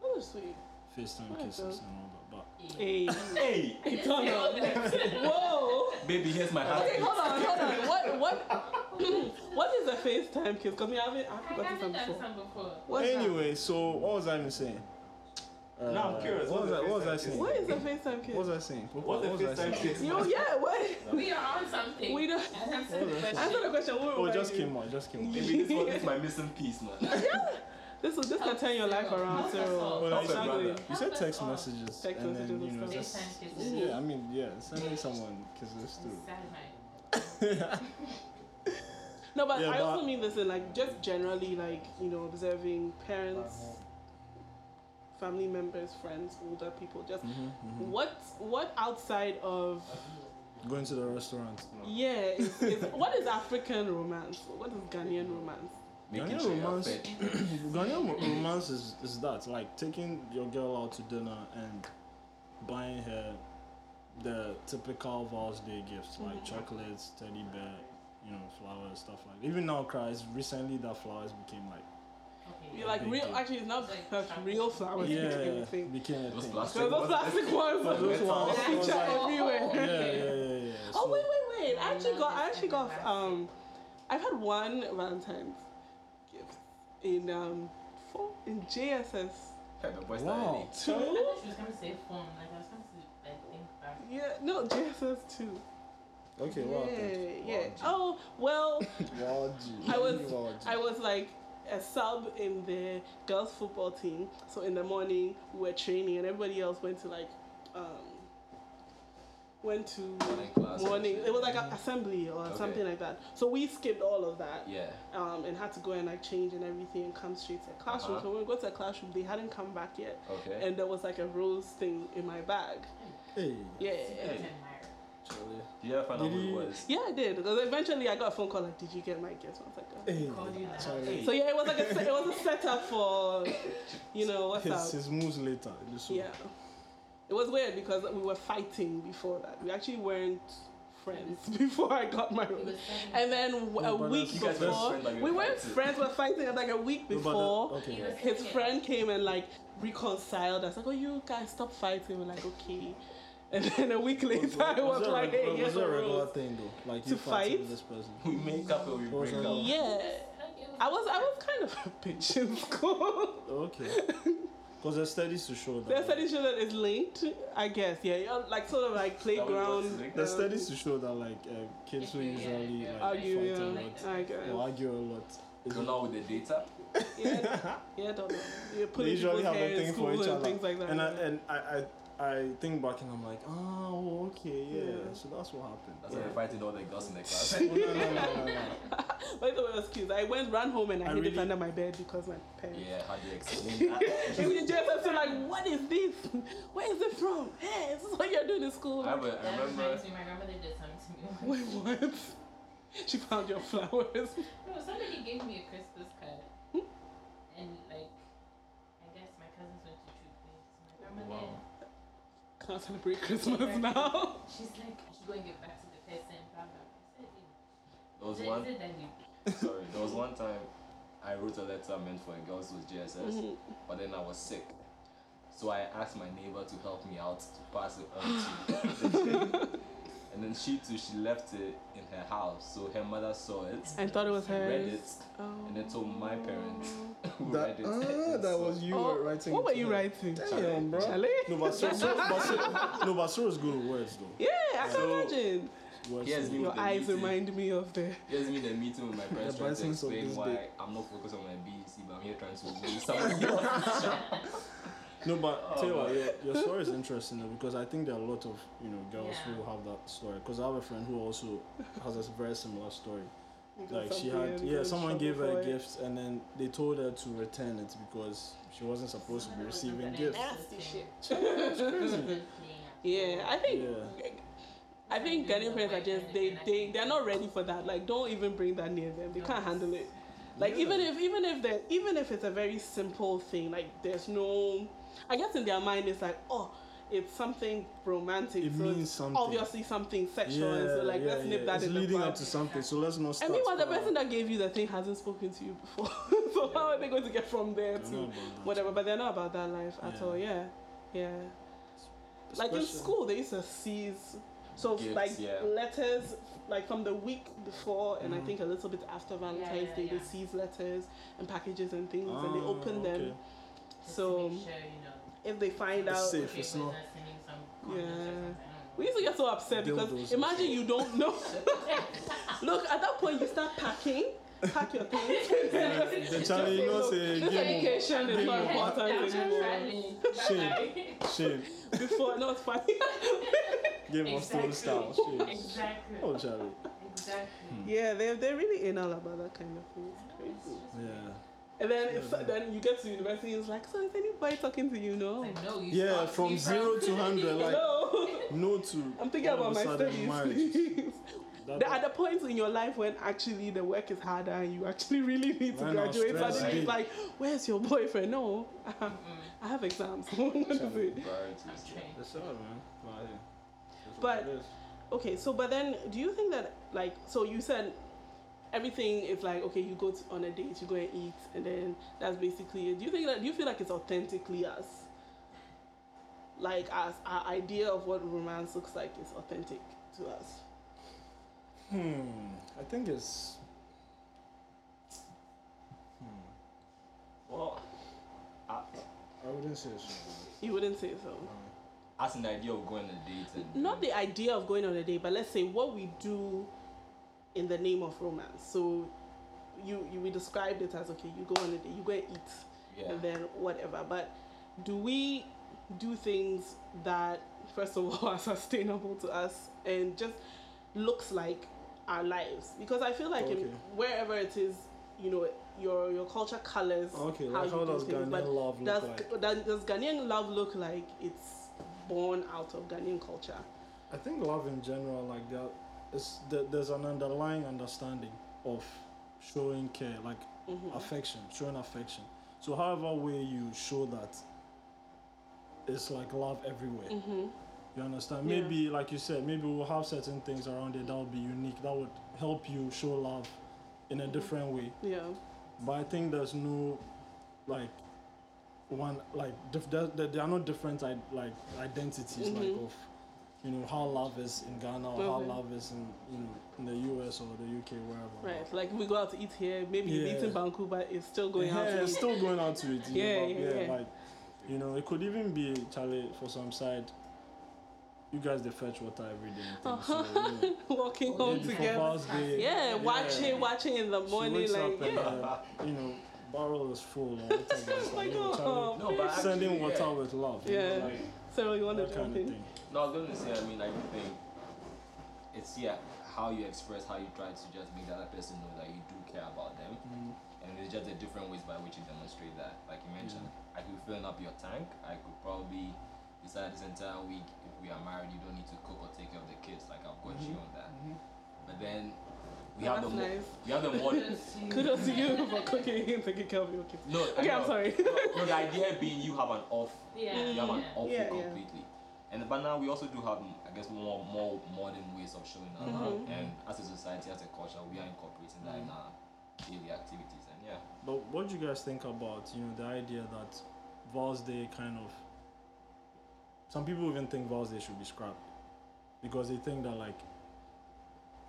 A: That was Oh, sweet.
D: FaceTime
A: Alright,
D: kisses
A: bro.
D: and all that, but
A: Hey,
B: Hey,
E: I didn't
A: Don't
E: say all
A: know.
E: that.
A: whoa.
B: baby, here's my
A: Okay,
B: heartbeat.
A: hold on, hold on. What what what is a FaceTime kiss? Because I haven't I've
E: I
A: forgotten some
E: haven't done
A: before.
E: some before.
A: What's that?
D: anyway, so what was I even saying? Uh,
C: Now I'm curious,
D: What was,
C: what's
D: I,
C: the
D: what was
C: FaceTime kiss?
D: I saying?
A: What is a FaceTime kiss?
D: What was I saying? What,
C: What's
D: what
C: the
D: was I
C: FaceTime
D: saying?
C: kiss?
A: you yeah, what?
E: We are on something.
A: We don't
E: And answer the question.
A: answer the question. We'll
D: Oh, it
A: remind
D: just
A: you.
D: came out. it Just came out.
A: Yeah.
B: Maybe this one is my missing piece, man.
A: This will this can turn your life around, Cyril.
D: Well, I
A: Exactly.
B: said
D: You said
E: Help us
D: text
E: all.
D: messages.
A: Text
D: and
A: messages
D: then,
A: and
D: you know,
A: stuff.
D: just,
E: FaceTime kisses.
D: yeah, I mean, yeah, send me someone kisses too.
E: Sad night.
A: No, but
D: Yeah,
A: I
D: but-
A: also mean this in like just generally like you know observing parents, family members, friends, older people. Just
D: Mm-hmm,
A: what what outside of
D: Going to the restaurant.
A: yeah is, is what is African romance? What is Ghanaian romance?
B: Making
D: Ghanaian
B: sure you're
D: romance.
B: fit.
D: Ghanaian ro- romance is, is that like taking your girl out to dinner and buying her the typical Val's Day gifts
A: Mm-hmm.
D: like chocolates, teddy bear, you know, flowers, stuff like. Even now, cries recently that flowers became like
E: Okay.
A: You like
D: Big
A: real
D: deal.
A: actually it's not
E: Like
A: like real flowers.
D: yeah
A: everything.
D: became a
B: Those
D: thing.
B: plastic
A: So those
B: ones.
A: plastic ones
D: But those
A: that
D: ones-
A: feature
D: those ones-
A: everywhere.
D: Yeah, yeah, yeah, yeah.
A: Oh
D: So-
A: wait, wait, wait! I actually
E: Love
A: got, I
E: is
A: actually got,
E: everlasting.
A: um, I've had one Valentine's gift in um, four, in JSS
B: Yeah, the boys
D: Wow.
B: started
E: I
A: two.
E: thought she was gonna say phone. Like I was gonna say, like think back.
A: Yeah, no, JSS two.
D: Okay, wow.
A: yeah,
D: thank
A: yeah.
D: you. Wow,
A: Oh well,
D: G. Wow, G.
A: I was-
D: Wow, G.
A: I was like a sub in the girls' football team. So in the morning we were training, and everybody else went to like, um, went to
B: Morning class.
A: morning. It was like an assembly or
B: Mm-hmm. Okay.
A: something like that. So we skipped all of that.
B: Yeah.
A: um, and had to go and like change and everything and come straight to the classroom.
B: Uh-huh.
A: So when we got to the classroom, they hadn't come back yet,
B: Okay.
A: and there was like a rose thing in my bag.
D: Hey.
A: Yeah,
E: Secret
B: Hey.
E: admirer.
B: Did you ever find out
D: Did
B: who it
D: you-
B: was?
A: yeah, I did because eventually I got a phone call like, "Did you get my gift?" I was like, oh.
D: Hey.
E: Called you that.
D: Charlie.
B: Hey.
A: So yeah, it was like a se- it was a setup for, you know, what's
D: His,
A: up?
D: his moves later. This one.
A: Yeah, it was weird because we were fighting before that. We actually weren't friends before I got my
E: It
A: rose.
E: was seven.
A: And then w- a
D: No, but
A: week
B: that's- You guys were
A: before,
B: friends, like, you
A: we
B: were
A: weren't
B: fighting.
A: friends. We're fighting like a week
D: No, but the-
A: before.
D: okay.
E: He was
A: his
E: second.
A: friend came and like reconciled us. Like, oh, you guys stop fighting. We're like, okay. And then a week later, I was
D: that a
A: like,
D: regular-
A: hey, here's
D: was that
A: a
D: a regular
A: rose.
D: thing though? Like
A: To
D: you fighting
A: fight?
D: this person.
B: We make up and we
D: What was
B: break
D: her
B: up.
D: name?
A: Yeah,
E: Like, it was
A: I was I was kind of a bitch in school.
D: Okay. Because there's studies to show that.
A: There's studies show that it's linked, I guess. Yeah, you know, like sort of like
B: what it's
A: playground.
B: linked?
D: There's
A: um,
D: studies to show that like uh, kids who
E: Yeah,
D: usually
E: yeah.
D: like
A: Argue,
D: fight a
A: yeah,
D: lot
A: I guess.
D: or argue a lot. is-
B: Don't know with the data.
A: Yeah, yeah, don't know. You're
D: They
A: pulling
D: usually
A: people's
D: have
A: hair
D: a
A: in
D: thing for
A: school
D: each
A: and
D: other.
A: things like that.
D: and I
A: yeah.
D: and I, I I think back and I'm like, oh okay, yeah.
A: Yeah.
D: So that's what happened.
B: That's why we're fighting all the girls in the class.
D: Oh, no, no, no, no, no.
A: By the way, it was cute. I went, ran home, and I,
D: I
A: hid it
D: really-
A: under my bed because my parents.
B: Yeah, how do you explain that?
A: And we just have to like, what is this? Where is it from? Hey, is this what you're doing in school?
B: I, would- I
E: That
B: remember
E: reminds me, my grandmother did something to me.
A: Wait, what? She found your flowers.
E: No, somebody gave me a Christmas card,
A: Hmm?
E: and like, I guess my cousins went to treat me. So my grandmother,
A: Can't celebrate Christmas now.
E: she's like, I should go and give back to the person.
B: there
E: Blah blah. I said, "Eh,
B: was
E: is it-
B: one
E: Is it that you?
B: sorry, there was one time I wrote a letter meant for a girls with JSS, but then I was sick. So I asked my neighbor to help me out to pass it on to the chick. And then she too, she left it in her house. So her mother saw it,
A: I thought it was
B: read
A: hers.
B: it,
A: Oh.
B: and then told my parents who
F: That,
B: read it.
F: ah,
B: and
F: that
B: so-
F: was you
A: Oh,
F: were writing.
A: What were
F: it
A: you
F: to her.
A: writing?
F: Damn, bro.
A: Charlie?
D: No, but so, so, but so, no, but so is good with words though.
A: Yeah, I can
B: So-
A: imagine.
D: Words
B: Yes,
D: though.
B: you-
A: Your
B: the
A: eyes
B: meeting.
A: remind me of the.
B: He has been in a meeting with my parents
F: The
B: trying to
F: blessings of
B: explain
F: this
B: why
F: day.
B: I'm not focused on my BEC, but I'm here trying to win something.
D: No, but
B: Oh,
D: tell you what,
B: man.
D: your, your story is interesting though because I think there are a lot of you know girls
E: Yeah.
D: who have that story. Because I have a friend who also has a very similar story. Like she
A: Something
D: had,
A: I'm
D: yeah,
A: in
D: someone
A: trouble
D: gave her
A: for
D: a
A: it.
D: gift and then they told her to return it because she wasn't supposed to be receiving gifts. Hmm.
A: Yeah, I think.
D: Yeah.
A: I think Ghanaian parents are just they they they're not ready for that. Like, don't even bring that near them. They can't handle it. Like,
D: Yeah.
A: even if even if they even if it's a very simple thing, like there's no. I guess in their mind it's like, oh, it's something romantic.
D: It
A: so it's
D: means something.
A: Obviously, something sexual. and so like, let's nip that
D: It's
A: in
D: leading
A: the
D: up
A: bud.
D: to something, so let's not
A: I
D: start.
A: mean, well, the
D: now.
A: person that gave you the thing hasn't spoken to you before. so how are they going to get from there
D: They're not
A: to
D: about that.
A: whatever? But they're not about that life at
D: Yeah.
A: all. Yeah, yeah. Like in
D: Especially-
A: school, they used to seize so
B: Gifts,
A: like
B: yeah.
A: letters like from the week before and
D: Mm-hmm.
A: I think a little bit after Valentine's
E: yeah,
A: Day, they
E: yeah.
A: seize letters and packages and things, and they
D: Ah,
A: open
D: okay.
A: them. So if they find
D: It's
A: out,
D: safe. If it's not-
A: Yeah. we used to get so upset
D: Dildos
A: because
D: or
A: imagine you don't know. Look, at that point you start packing, pack your things.
D: Then Charlie, you know,
A: Look,
D: say
A: this
D: give me
A: education is not important anymore.
E: Shame.
D: shame,
A: Before, no, it's funny.
D: Game of Thrones style, shame.
E: Exactly.
D: Oh, Hmm. Charlie,
E: Exactly.
A: yeah, they're they're really anal about that kind of thing. It's crazy.
D: yeah.
A: And then it's, then you get to university, it's like, so is anybody talking to you? No.
E: Like, no, you
D: Yeah,
E: stopped
D: from
E: me
D: zero to hundred, like
A: no.
D: no to.
A: I'm thinking
D: all of
A: about
D: a
A: my
D: sudden marriage.
A: studies.
D: That-
A: there are the points in your life when actually the work is harder and you actually really need to
D: Why not
A: graduate.
D: stress eh?
A: Suddenly
D: it?
A: it's like, where's your boyfriend? No, I have exams. What is it?
E: I'm
B: Priorities.
E: trained.
D: That's all, man. Well, hey, that's what
A: But-
D: it is.
A: Okay, so but then do you think that like so you said everything is like okay you go to, on a date you go and eat and then that's basically it. Do you think that do you feel like it's authentically us? Like as our idea of what romance looks like is authentic to us.
D: Hmm. I think it's.
B: Well, I-
D: Hmm. I wouldn't say so.
A: You wouldn't say so.
D: um,
B: as an idea of going on a date and
A: Not the idea of going on a date, but let's say what we do in the name of romance. So you, you we described it as okay, you go on a date, you go and eat.
B: yeah.
A: and then whatever. But do we do things that, first of all, are sustainable to us and just looks like our lives? Because I feel like in,
D: Okay.
A: wherever it is, you know, your your culture colors
D: Oh, Okay, like
A: you
D: how
A: do
D: does
A: things,
D: Ghanaian
A: but
D: love look
A: does,
D: like?
A: does, does Ghanaian love look like it's born out of Ghanaian culture?
D: I think love in general, like that, it's, there, there's an underlying understanding of showing care, like
A: Mm-hmm.
D: affection, showing affection. So, however way you show that, it's like love everywhere.
A: Mm-hmm.
D: You understand?
A: Mm. Yeah.
D: Maybe, like you said, maybe we'll have certain things around it that would be unique, that would help you show love in a
A: Mm-hmm.
D: different way.
A: Yeah.
D: But I think there's no, like, one like dif- there, there, there are no different I- like identities like
A: Mhm.
D: of, you know how love is in Ghana or how
A: Okay.
D: love is in you know in the US or the UK wherever.
A: Right. Like we go out to eat here, maybe you you
D: Yeah.
A: eat in Vancouver, it's still going
D: yeah,
A: out to
D: it's
A: eat.
D: still going out to it. you
A: Yeah,
D: know,
A: yeah,
D: but
A: yeah.
D: Like, you know, it could even be Charlie for some side. You guys they fetch water every day. and things, so, you know,
A: walking home
D: maybe for
A: together.
D: Val's Day,
A: Yeah,
D: Yeah.
A: watching, watching in the
D: she
A: morning,
D: wakes
A: like
D: up and,
A: yeah.
D: uh, you know, barrel is full. Or whatever.
A: Oh
D: It's
A: my
D: like, you know, Charlie,
A: god.
B: No, but actually,
D: sending water
B: yeah.
D: with love.
A: Yeah.
D: You know, like,
A: so you want to
D: that kind of
A: jump in?
D: thing.
B: No, I was gonna say. I mean, I think it's yeah how you express, how you try to just make the other person know that you do care about them,
D: Mm.
B: and it's just the different ways by which you demonstrate that. Like you mentioned,
A: Mm.
B: I could fill up your tank. I could probably decide this entire week if we are married, you don't need to cook or take care of the kids. Like I've got
A: Mm-hmm.
B: you on that. But then we
A: Oh,
B: have the
A: that's
B: mo-
A: nice.
B: we have the modern.
A: Kudos to you for cooking and taking care of your kids.
B: No,
A: Okay, I'm
B: no.
A: sorry.
B: No, the idea being you have an off
E: Yeah.
B: you have an awful
A: Yeah, yeah.
B: completely. And but now we also do have, I guess, more
A: Mm-hmm.
B: more modern ways of showing our love. And as a society, as a culture, we are incorporating that in our daily activities. And yeah,
D: But what do you guys think about you know the idea that Vols Day kind of some people even think Vols Day should be scrapped because they think that like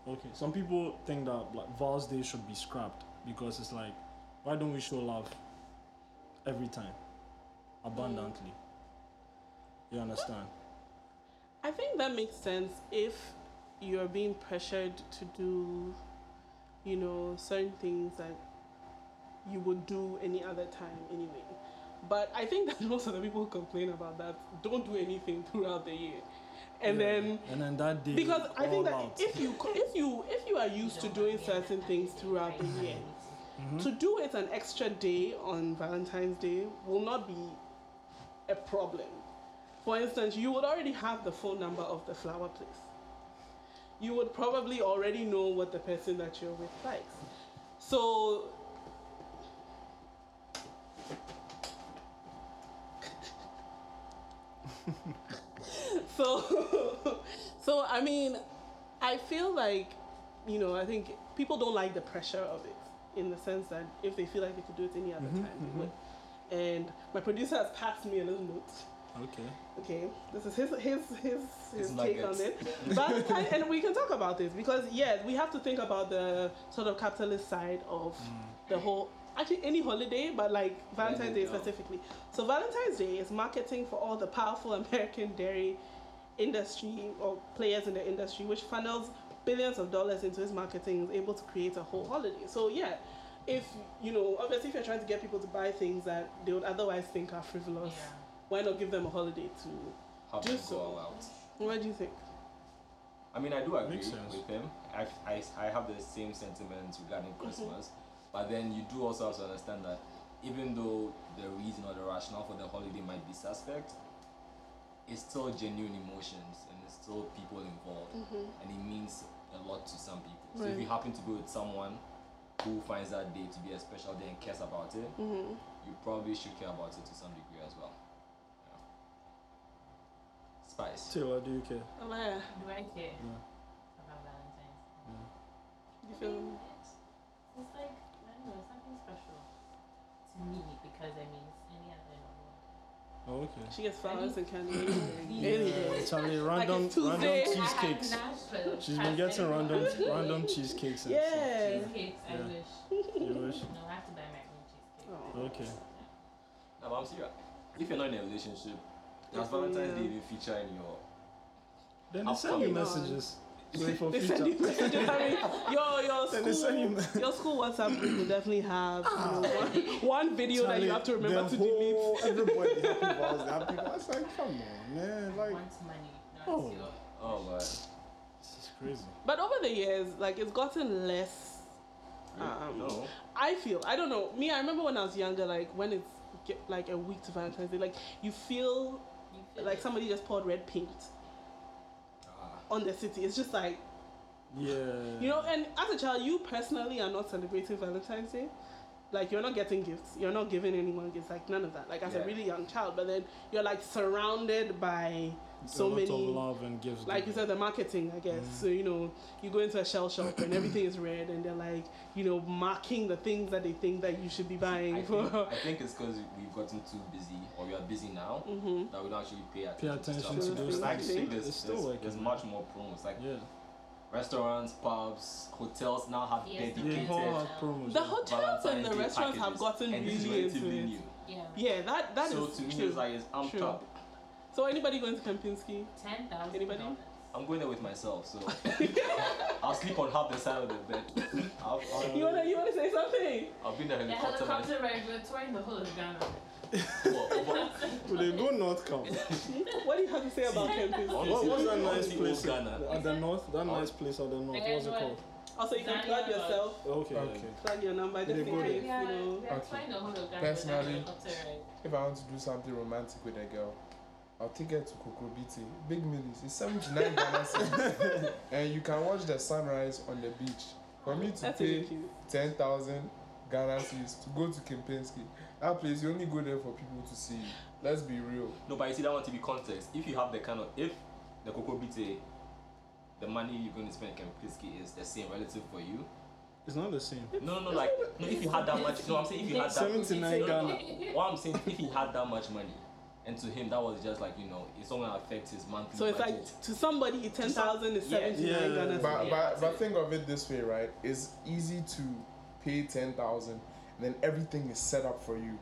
D: okay some people think that like Vols Day should be scrapped because it's like why don't we show love every time abundantly you understand
A: I think that makes sense if you're being pressured to do, you know, certain things that you would do any other time anyway. But I think that most of the people who complain about that don't do anything throughout the year. And
D: Yeah.
A: then
D: and then that day
A: because I
D: all
A: think that
D: out.
A: if you co- if you if you are used to doing certain things throughout the year,
D: Mhm.
A: to do it an extra day on Valentine's Day will not be a problem. For instance, you would already have the phone number of the flower place. You would probably already know what the person that you're with likes. So So so I mean, I feel like, you know, I think people don't like the pressure of it in the sense that if they feel like they could do it any other
D: Mhm,
A: time, they would. And my producer has passed me a little note.
D: okay
A: Okay, this is his his his, his
B: His
A: take on
B: nuggets.
A: it. But I- and we can talk about this because yes, we have to think about the sort of capitalist side of
D: Mm.
A: the whole. Actually, any holiday, but like Valentine's Day
B: Yeah.
A: specifically. So Valentine's Day is marketing for all the powerful American dairy industry or players in the industry, which funnels billions of dollars into its marketing, is able to create a whole holiday. So yeah, if you know, obviously, if you're trying to get people to buy things that they would otherwise think are frivolous
E: Yeah.
A: why not give them a holiday too?
B: have
A: Do
B: them
A: so.
B: go all out.
A: What do you think?
B: I mean, I do agree
D: Makes sense.
B: with him. I, I, I have the same sentiments regarding
A: Mm-hmm.
B: Christmas, but then you do also have to understand that even though the reason or the rationale for the holiday might be suspect, it's still genuine emotions and it's still people involved,
A: Mm-hmm.
B: and it means a lot to some people. So if
A: Right.
B: you happen to be with someone who finds that day to be a special day and cares about it,
A: Mm-hmm.
B: you probably should care about it to some degree as well. Yeah. Spice.
D: Taylor do you care
A: Alaya,
E: Do I care
D: Yeah.
E: about Valentine's?
A: you
E: I
A: feel
E: mean, it's- It's like, I don't know, it's something special to me because I mean, it's any other in the world.
D: oh, okay
A: she gets flowers and candy any
E: Yeah.
A: day.
D: Charlie, random,
A: it's
D: random
A: Tuesday.
D: cheesecakes.
E: I have Nashville.
D: She's
E: Has
D: been getting
E: anyone-
D: random, random cheesecakes. and stuff.
A: Yeah.
E: Cheesecakes, I
D: Yeah.
E: wish.
D: You wish?
E: No, I have to buy my own cheesecake.
A: Oh.
D: Okay.
B: No, but I'm serious. If you're not in a relationship, does
A: Mhm,
B: Valentine's Day
A: yeah.
B: even feature in your?
D: Then they send you
B: Upcoming.
D: messages. Wait for
A: They send you
D: future.
A: messages. I mean, your your
D: Then they send you Ah.
A: school your school WhatsApp group will definitely have you know, one, one video that
D: Charlie,
A: you have to remember
D: the
A: to delete.
D: whole-
F: Everybody happy balls, happy balls. Like, come on, man.
E: I
F: Like,
E: want money, not
D: Oh.
E: your.
B: Oh my.
D: This is crazy.
A: But over the years, like it's gotten less. Um,
B: no.
A: I feel I don't know me. I remember when I was younger, like when it's get, like a week to Valentine's Day, like you feel
E: You feel
A: like
E: it.
A: somebody just poured red paint
B: Ah,
A: on the city. It's just like
D: Yeah.
A: You know, and as a child, you personally are not celebrating Valentine's Day. Like you're not getting gifts. You're not giving anyone gifts. Like none of that. Like as a
B: Yeah.
A: really young child, but then you're like surrounded by so
D: a lot
A: many.
D: of love and gifts.
A: Like you
D: given.
A: said, the marketing, I guess.
B: Mm.
A: So you know, you go into a shell shop and everything is red, and they're like, you know, marking the things that they think that you should be buying
B: I
A: for.
B: think, I think it's because we've gotten too busy, or we are busy now,
A: hmm
B: that we don't actually pay attention.
D: Pay attention
B: stuff.
A: to those
B: Because I
A: things.
B: think
D: It's
B: there's,
D: still
B: there's,
D: working,
B: there's
D: man.
B: much more promos. Like
D: Yeah.
B: restaurants, pubs, hotels now have
E: Yes,
D: They
B: dedicated
E: okay.
D: all had promos.
A: The
D: yeah.
A: hotels and
B: Valentine's
A: the
B: Day
A: restaurants have
B: packages,
A: gotten
B: and it's
A: really into
B: relatively
A: it.
B: new.
E: Yeah.
A: Yeah, that that is
B: so to me,
A: true.
B: it's like it's amped
A: True.
B: up.
A: so anybody going to Kempinski?
E: Ten thousand.
A: Anybody?
B: I'm going there with myself, so I'll sleep on half the side of the bed. I'll, I'll,
A: You wanna you wanna say something?
B: I'll be in the
E: The
B: helicopter. myself.
E: helicopter ride. We're touring the whole of Ghana.
B: Well, over-
F: do they go north come?
A: What do you have to say about Kempinski?
B: Honestly,
D: What, what's that
B: honestly,
D: nice
B: old
D: place? At
B: Ghana.
D: at the north? That
B: Oh.
D: nice place at the north.
E: There's
D: What's it
E: one-
D: called?
A: Also, you can
E: Daniel
A: plug
E: Lodge.
A: yourself,
D: Okay.
F: Okay.
D: okay.
A: plug your number, just in
F: Did it go
A: case,
F: there?
A: you
E: Yeah,
A: know.
E: we are
F: Okay.
E: touring the whole of Ghana. with that
F: Personally-
E: helicopter ride.
F: If I want to do something romantic with a girl, I'll take her to Kokobiti. Big Millies. It's 79 Ghana cents. and you can watch the sunrise on the beach. For me to
A: That's really
F: pay
A: cute.
F: 10,000 Ghana cents to go to Kempinski, that place, you only go there for people to see you. Let's be real.
B: No, but you see, that one to be context. If you have the kind of, if the Coco Bite, the money you're going to spend in Kempinski is the same relative for you,
D: It's not the same.
B: No, no, no. Like, no, if you had that much, no, I'm saying if you had that.
D: 79 Ghana.
B: What I'm saying, if he had that much money, and to him that was just like you know, it's not gonna affect his monthly.
A: So it's
B: budget.
A: like to somebody, ten thousand is
B: Yeah.
A: seventy
D: Yeah.
A: nine Ghana.
F: But,
B: Yeah,
F: but,
B: that's
F: but
B: it.
F: think of it this way, right? It's easy to pay 10,000 and then everything is set up for you.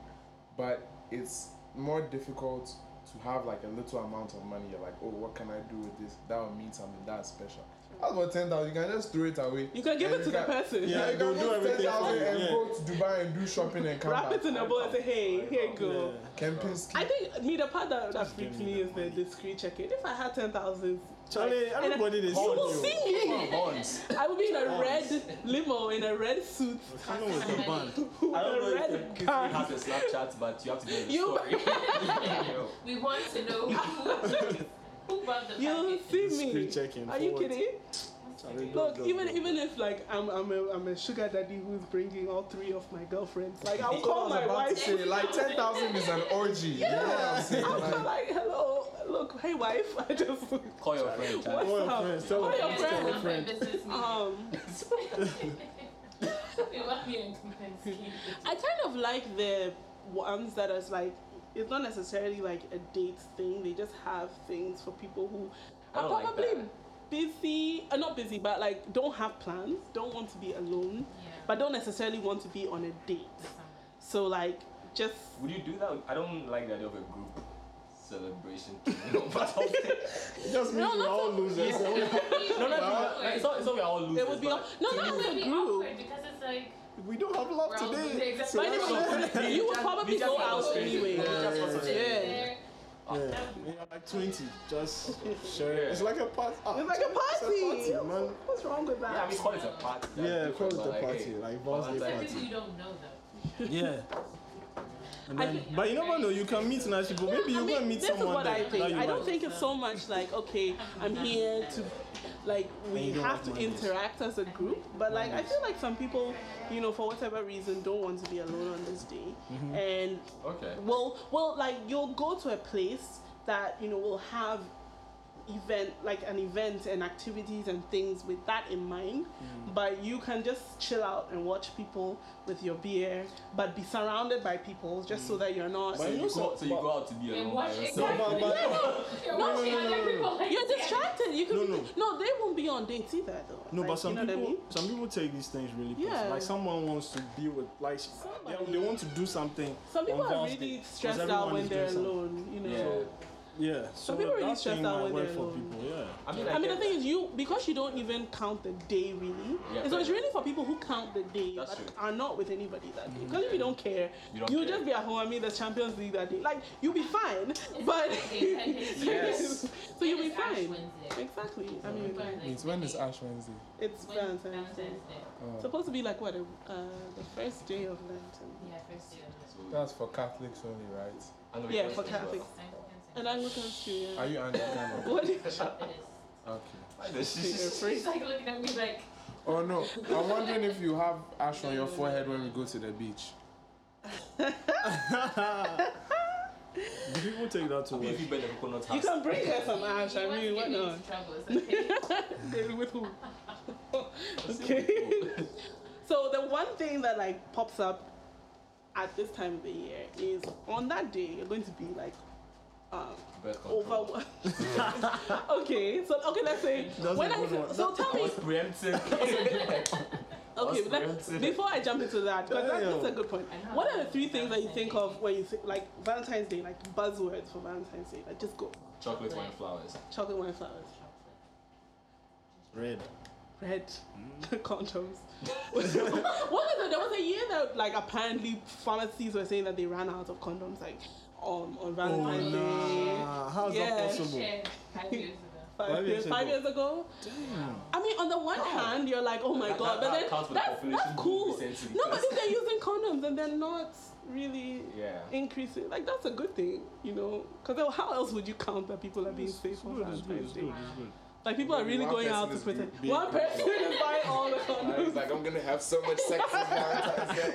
F: But it's more difficult to have like a little amount of money. You're like, oh, what can I do with this? That will mean something that's special. That's what 10,000. You can just throw it away.
A: You can give
F: And
A: it to
F: you
A: the
F: can-
A: person.
D: Yeah,
F: Yeah, you
D: they'll
F: can
D: do
F: go
D: everything for
F: 10,000
D: you,
F: and
D: yeah.
F: go to Dubai and do shopping and come
A: Wrap
F: back.
A: it in a bowl and say, hey, here you go.
D: Yeah.
F: Camping ski.
A: I think me the part that, that
D: Just give
A: freaks
D: me
A: me
D: that
A: is the discreet check-in. If I had ten thousand,
D: Charlie, everybody they
A: you
D: see
A: will
D: you.
A: see
B: Come
A: me.
B: on, bonds.
A: I will be in a red limo in a red suit.
D: We're coming with the band.
A: with
D: I don't
A: a
D: know if
A: red
B: You
A: bag.
B: have the Snapchat, but you have to be in the
A: You-
B: story.
E: We want to know who, who bought the
A: You'll
E: package.
A: see
D: Discreet
A: me.
D: check-in.
A: Are you
D: forward.
A: kidding?
D: Charlie,
A: Look,
D: don't-
A: even
D: don't-
A: even if like I'm I'm a, I'm a sugar daddy who's bringing all three of my girlfriends, like I'll
F: That's what I
A: call
F: was
A: my
F: about to
A: wife.
F: say, like 10,000 is an orgy. You know what I'm saying?
A: I'll
F: Like,
A: call like, hello, look, hey wife, I just
B: Call your friend.
A: What?
B: Charlie.
D: Tell your
A: up?
D: friends, tell
A: What
D: your
A: up,
D: friends, tell your
E: Yeah,
D: friends.
E: this is me.
A: um.
E: we want me and Kempinski.
A: I kind of like the ones that is like it's not necessarily like a date thing. They just have things for people who
B: I
A: are
B: don't like
A: probably
B: that.
A: busy, uh, not busy, but like don't have plans, don't want to be alone,
E: Yeah.
A: but don't necessarily want to be on a date. So like just
B: Would you do that? I don't like the idea of a group celebration. no, but I'll say-
D: It just means we're all losers.
B: no, no, no. It's not. It's not we are all losers.
A: it would be all,
B: but
A: no
B: to
A: not
B: me-
A: as
E: It's
A: a
E: be
A: group.
E: awkward because it's like
D: We don't have love
E: We're all
D: today.
E: losers.
D: So
A: By
D: that's
A: the
D: why-
A: way, you would
B: just-
A: probably
B: we just
A: go
B: want
A: out
B: something.
A: anyway.
B: We just want
D: Yeah.
B: something.
A: Yeah.
D: Yeah, we are like 20. Just share it.
B: Yeah.
D: It's like a party. Ah,
A: It's like a
D: It's
A: party.
D: a party, man.
A: What's wrong with
B: Yeah, I
A: that?
B: mean, call it a party. that's
D: Yeah, call
B: different,
D: it
B: but
D: a
B: like,
D: party,
B: hey,
D: like birthday
E: Some
B: Valentine's
D: party.
E: people you don't know though.
D: Yeah. And
A: I
D: then,
A: think-
D: but you never know. You can meet nice people. Maybe
A: I
D: you
A: mean,
D: can meet
A: this is
D: someone
A: what I
D: that,
A: think.
D: that you
A: I don't
D: like.
A: think it's so much like okay, I'm here to, like we
D: you don't
A: have
D: have
A: to
D: money.
A: interact as a group. But like I feel like some people, you know, for whatever reason, don't want to be alone on this day,
D: Mm-hmm.
A: and
B: Okay.
A: well, well, like you'll go to a place that you know will have event like an event and activities and things with that in mind
D: Mm.
A: but you can just chill out and watch people with your beer but be surrounded by people just so that you're not
B: So
D: Mm. But
B: you,
D: you
B: go,
D: also-
B: so you go out to be
E: And
B: alone by
E: watch
B: yourself.
D: But- but-
E: You're
A: No,
E: watching
D: no, no,
E: other
D: no, no.
E: people like
A: You're
E: that.
A: distracted. You can
D: No,
A: no,
D: no.
A: they won't be on dates either, though.
D: No,
A: Like,
D: but some
A: you know
D: people,
A: what I mean.
D: some people take these things really
A: Yeah.
D: personal. Like someone wants to be with, like they-
A: Somebody.
D: they want to do something.
A: Some people
D: on
A: are
D: Valentine's Day,
A: really
D: 'cause
A: stressed
D: everyone
A: out when
D: is
A: they're
D: doing something.
A: alone. You know.
B: Yeah.
D: Yeah, so
A: people really
D: that
A: stressed
D: thing
A: out
D: might
A: when
D: work
A: they're
D: for
A: alone.
D: people. Yeah.
B: I mean,
A: I mean, the
B: guess-
A: thing is, you because you don't even count the day really,
B: Yeah,
A: so it's
B: fair.
A: really for people who count the day
B: That's
A: but
B: true.
A: are not with anybody that day. Because if you don't care,
B: You don't
A: will
B: care.
A: just be at home. I mean, the Champions League that day, like you'll be fine. But
E: Yes.
A: so you'll be
E: It's Ash
A: fine.
E: Wednesday.
A: Exactly. I mean,
E: People are like,
F: It's when is Ash Wednesday?
A: it's
E: Wednesday,
A: Valentine's Day.
E: Wednesday.
F: Oh.
A: Supposed to be like what uh, the first day of Lenten.
E: Yeah, first day of
B: So-
F: That's for Catholics only, right?
B: Anglo-
A: Yeah,
B: Anglo-
A: for
B: Anglo-
A: Catholics. And Anglicans too, yeah.
F: Are you Anglican? or-
A: What do you
E: It is.
F: okay.
B: Like the shit.
E: She's like looking at me like,
F: Oh no, I'm wondering if you have ash on your forehead when we go to the beach.
D: Do people take that to
B: I mean,
D: work?
B: if you bend the coconut
A: You
B: has-
A: can bring her some
E: "You-
A: ash,
E: you
A: I
E: must
A: mean, why
E: get me into
A: not?
E: troubles, okay?"
A: Then With who?
B: That's
A: Okay.
B: really cool.
A: So the one thing that like pops up at this time of the year is on that day you're going to be like um
B: Birth control.
A: over okay so okay let's say
D: That's
A: when
D: a
A: I
D: good one.
A: so tell
B: I
A: me
B: was preemptive.
A: okay
B: That's
A: let,
B: weird.
A: before I jump into that because that, that's a
D: Damn.
A: good point
E: I know.
A: what are the three things that you think of when you think like Valentine's Day like buzzwords for Valentine's Day like just go
B: Chocolate wine flowers.
A: chocolate wine flowers
D: Red.
A: red condoms. what was it? There was a year that like apparently pharmacies were saying that they ran out of condoms like um, on Valentine's
D: Oh,
A: Day.
D: nah. How is
A: Yeah.
D: that
E: She
D: possible?
E: shared five years ago.
A: Five,
D: Five
A: years,
D: years
A: five
D: ago.
A: years ago.
D: Damn.
A: I mean, on the one hand, you're like, oh my
B: That-
A: god,
B: that- that
A: but
B: accounts for
A: then
B: the
A: that's,
B: population
A: that's cool.
B: recently,
A: No, but
B: because-
A: if they're using condoms and they're not really
B: Yeah.
A: increasing, like that's a good thing, you know, because how else would you count that people are being
D: It's
A: safe on
D: good, it's good,
A: Valentine's
D: it's
A: Day?
D: good, it's good.
A: Like people are
F: Maybe
A: really
F: one
A: going
F: person
A: out to
F: is
A: pretend.
F: being-
A: One person is buying all the condoms.
F: It's like I'm gonna have so much sex on Valentine's Day.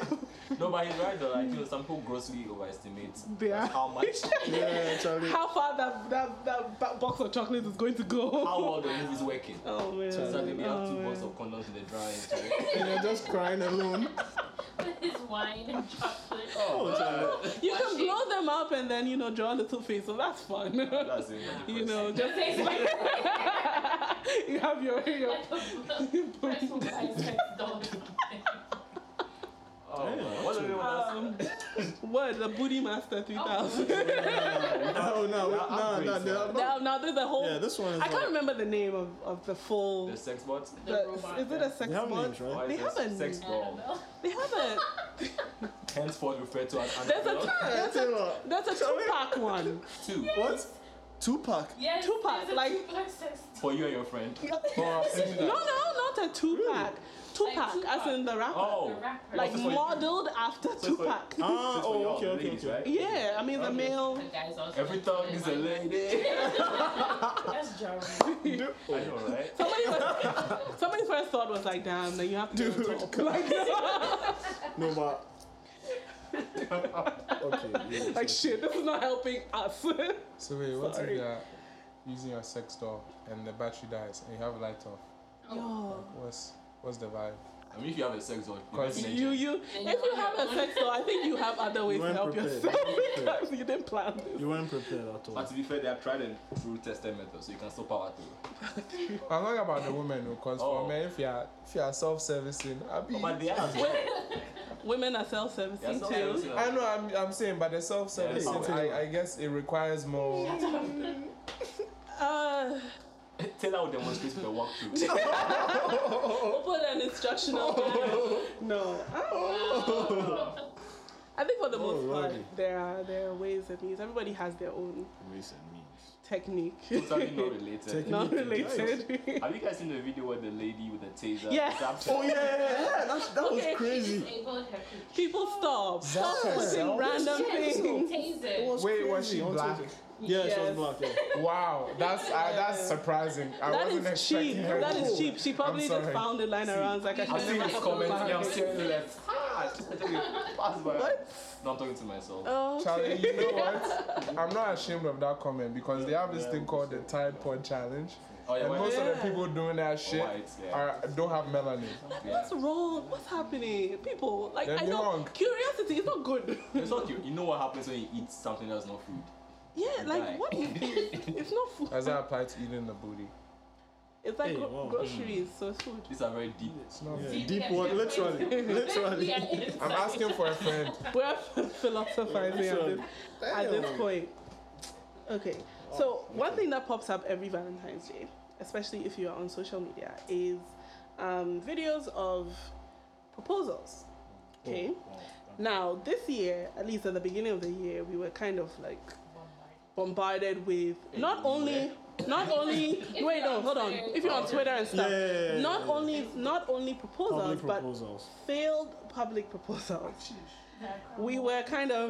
B: No, but he's right though. Like, you know, some people grossly overestimate
A: They are.
B: how much,
D: Yeah, Charlie.
A: How far that, that that ba- box of chocolates is going to go?
B: how well the movie's working.
A: Oh man.
B: So suddenly they have
A: Oh,
B: two
A: man.
B: bottles of condoms in the dry.
D: And you're just crying alone.
E: With his wine and chocolate.
B: oh,
A: You can
E: Watching.
A: blow them up and then you know draw a little face, so that's fun.
B: that's it.
A: you know, just
E: It's
A: you have your your.
E: like a pretzel by sex doll.
B: Oh,
D: Yeah.
B: man. What's the name of
A: Um, what the booty master three
E: Oh.
A: thousand?
D: No, no, no, no, no.
A: now, now there's a whole.
D: Yeah, this one is.
A: I can't
D: like,
A: remember the name of, of the full.
B: that? The sex bot.
E: The
A: the-
E: robot.
A: is it a sex
D: They have
A: bot?
D: names, right?
B: Why
A: Um, They
B: is this
A: haven't.
B: Sex
E: I don't
B: bot.
E: know.
A: They have a.
B: Henceforth referred to as
A: There's a
B: Android.
A: there's a
D: Taylor.
A: there's a two pack one.
B: two
D: What? Tupac.
E: Yes,
A: Tupac,
E: there's a
A: like-
E: Tupac sex
B: for you and your
D: Oh,
B: friend.
F: Oh,
A: No, no, not a two pack. Two
E: Like
A: pack, as
E: Tupac.
A: in the rapper.
B: Oh,
E: the rapper.
A: like
B: so for you-
A: modeled after
B: So it's for-
A: Tupac.
B: This is
D: Ah,
B: for
D: oh,
B: y'all,
D: okay, okay,
B: ladies,
D: okay.
B: right?
A: yeah, I mean the
B: Okay.
A: male.
E: The guys also
B: Every
E: like to
B: thug
E: play
B: is a
E: like-
B: lady.
E: That's Ja Rule.
B: I know, right?
A: Somebody was, somebody's first thought was like, damn, then you have to go
D: Dude,
A: on top. like,
D: No, but. okay. yeah.
A: like shit, this is not helping us.
F: So wait, what
A: Sorry.
F: if you're using your sex doll and the battery dies and you have a light off?
A: Yo.
F: What's what's the vibe?
B: I mean, if you have a sex doll,
F: Cause
A: You
B: you,
A: you
E: Then
A: if
E: you
A: you have
E: have
A: a sex doll, I think you have other ways to
D: weren't
A: help
D: prepared.
A: yourself
D: You weren't prepared.
A: because you didn't plan this.
D: You weren't prepared at all.
B: But to be fair, they have tried and true tested method, so you can still power through.
F: I'm talking about the women because
B: Oh.
F: for men if you're if you're self servicing, I be
B: But they are.
A: Wo- Women are self
B: They are
A: servicing
B: still
A: too.
B: servicing us.
F: I know I'm I'm saying but the self servicing
B: Yeah, it's
F: I, I guess it requires more
A: Uh
B: Taylor will demonstrate with a walkthrough.
A: we'll put an instructional guide. No. I think for the most
D: Alrighty.
A: part there are there are ways and means. Everybody has their own
D: Ways and means.
A: technique.
B: totally not related.
D: Take
A: Not
D: Technique,
A: related.
B: Have you guys seen the video where the lady with the taser?
A: Yes.
B: zapped
D: Oh,
B: her?
D: yeah, yeah, yeah. That's, that was
A: Okay.
D: crazy.
E: Disabled her coochie.
A: People stop. Stop putting
F: herself?
A: random
E: Yes,
A: things.
E: taser.
F: Wait, was she
D: crazy. Also-
F: black?
D: Yeah, she
A: Yes.
D: was black. Yeah.
F: Wow, that's uh, that's surprising. I
A: That
F: wasn't
A: is cheap.
F: expecting her
A: That
F: to-
A: is cheap. She probably just
F: sorry.
A: found the line around like I
B: I've
A: should
B: seen
A: never
B: this
A: have
B: comment
A: done
B: and I'm
A: that.
B: sitting left. Ah, I think it passed by.
A: What?
B: No, I'm talking to myself.
A: Oh,
F: Charlie, you
A: okay.
F: know what? I'm not ashamed of that comment because they have this thing called the Tide Pod Challenge,
B: Oh, yeah,
F: and
B: why-
F: most of the
A: Yeah.
F: people doing that shit
B: Whites, yeah.
F: are, don't have melanin.
B: yeah.
A: What's wrong? What's happening? People, like,
F: They're
A: I know.
F: young.
A: Curiosity is not good.
B: It's not you. You know what happens when you eat something that's not food.
A: yeah,
B: die.
A: like, what is it? It's not food.
F: Does that apply to eating the booty?
A: It's like
D: Hey,
A: gro-
D: wow.
A: groceries, so it's food.
B: These are very deep.
F: It's not.
D: Yeah,
E: Deep
D: deep one,
E: cut.
D: literally, literally.
E: Yeah, it's
F: I'm asking for a friend.
A: We're philosophizing at this, at this point. Okay,
D: Oh,
A: so one thing that pops up every Valentine's Day, especially if you are on social media, is um, videos of proposals.
D: Oh,
A: Okay. Now, this year, at least at the beginning of the year, we were kind of like bombarded with not only not only
E: you're
A: wait no
E: on
A: hold on
E: Twitter.
A: if you're on Twitter and
D: Yeah,
A: stuff
D: Oh, yeah, yeah, yeah,
A: not
D: yeah.
A: only not only
D: public
A: proposals but
D: proposals.
A: failed public proposals we were kind of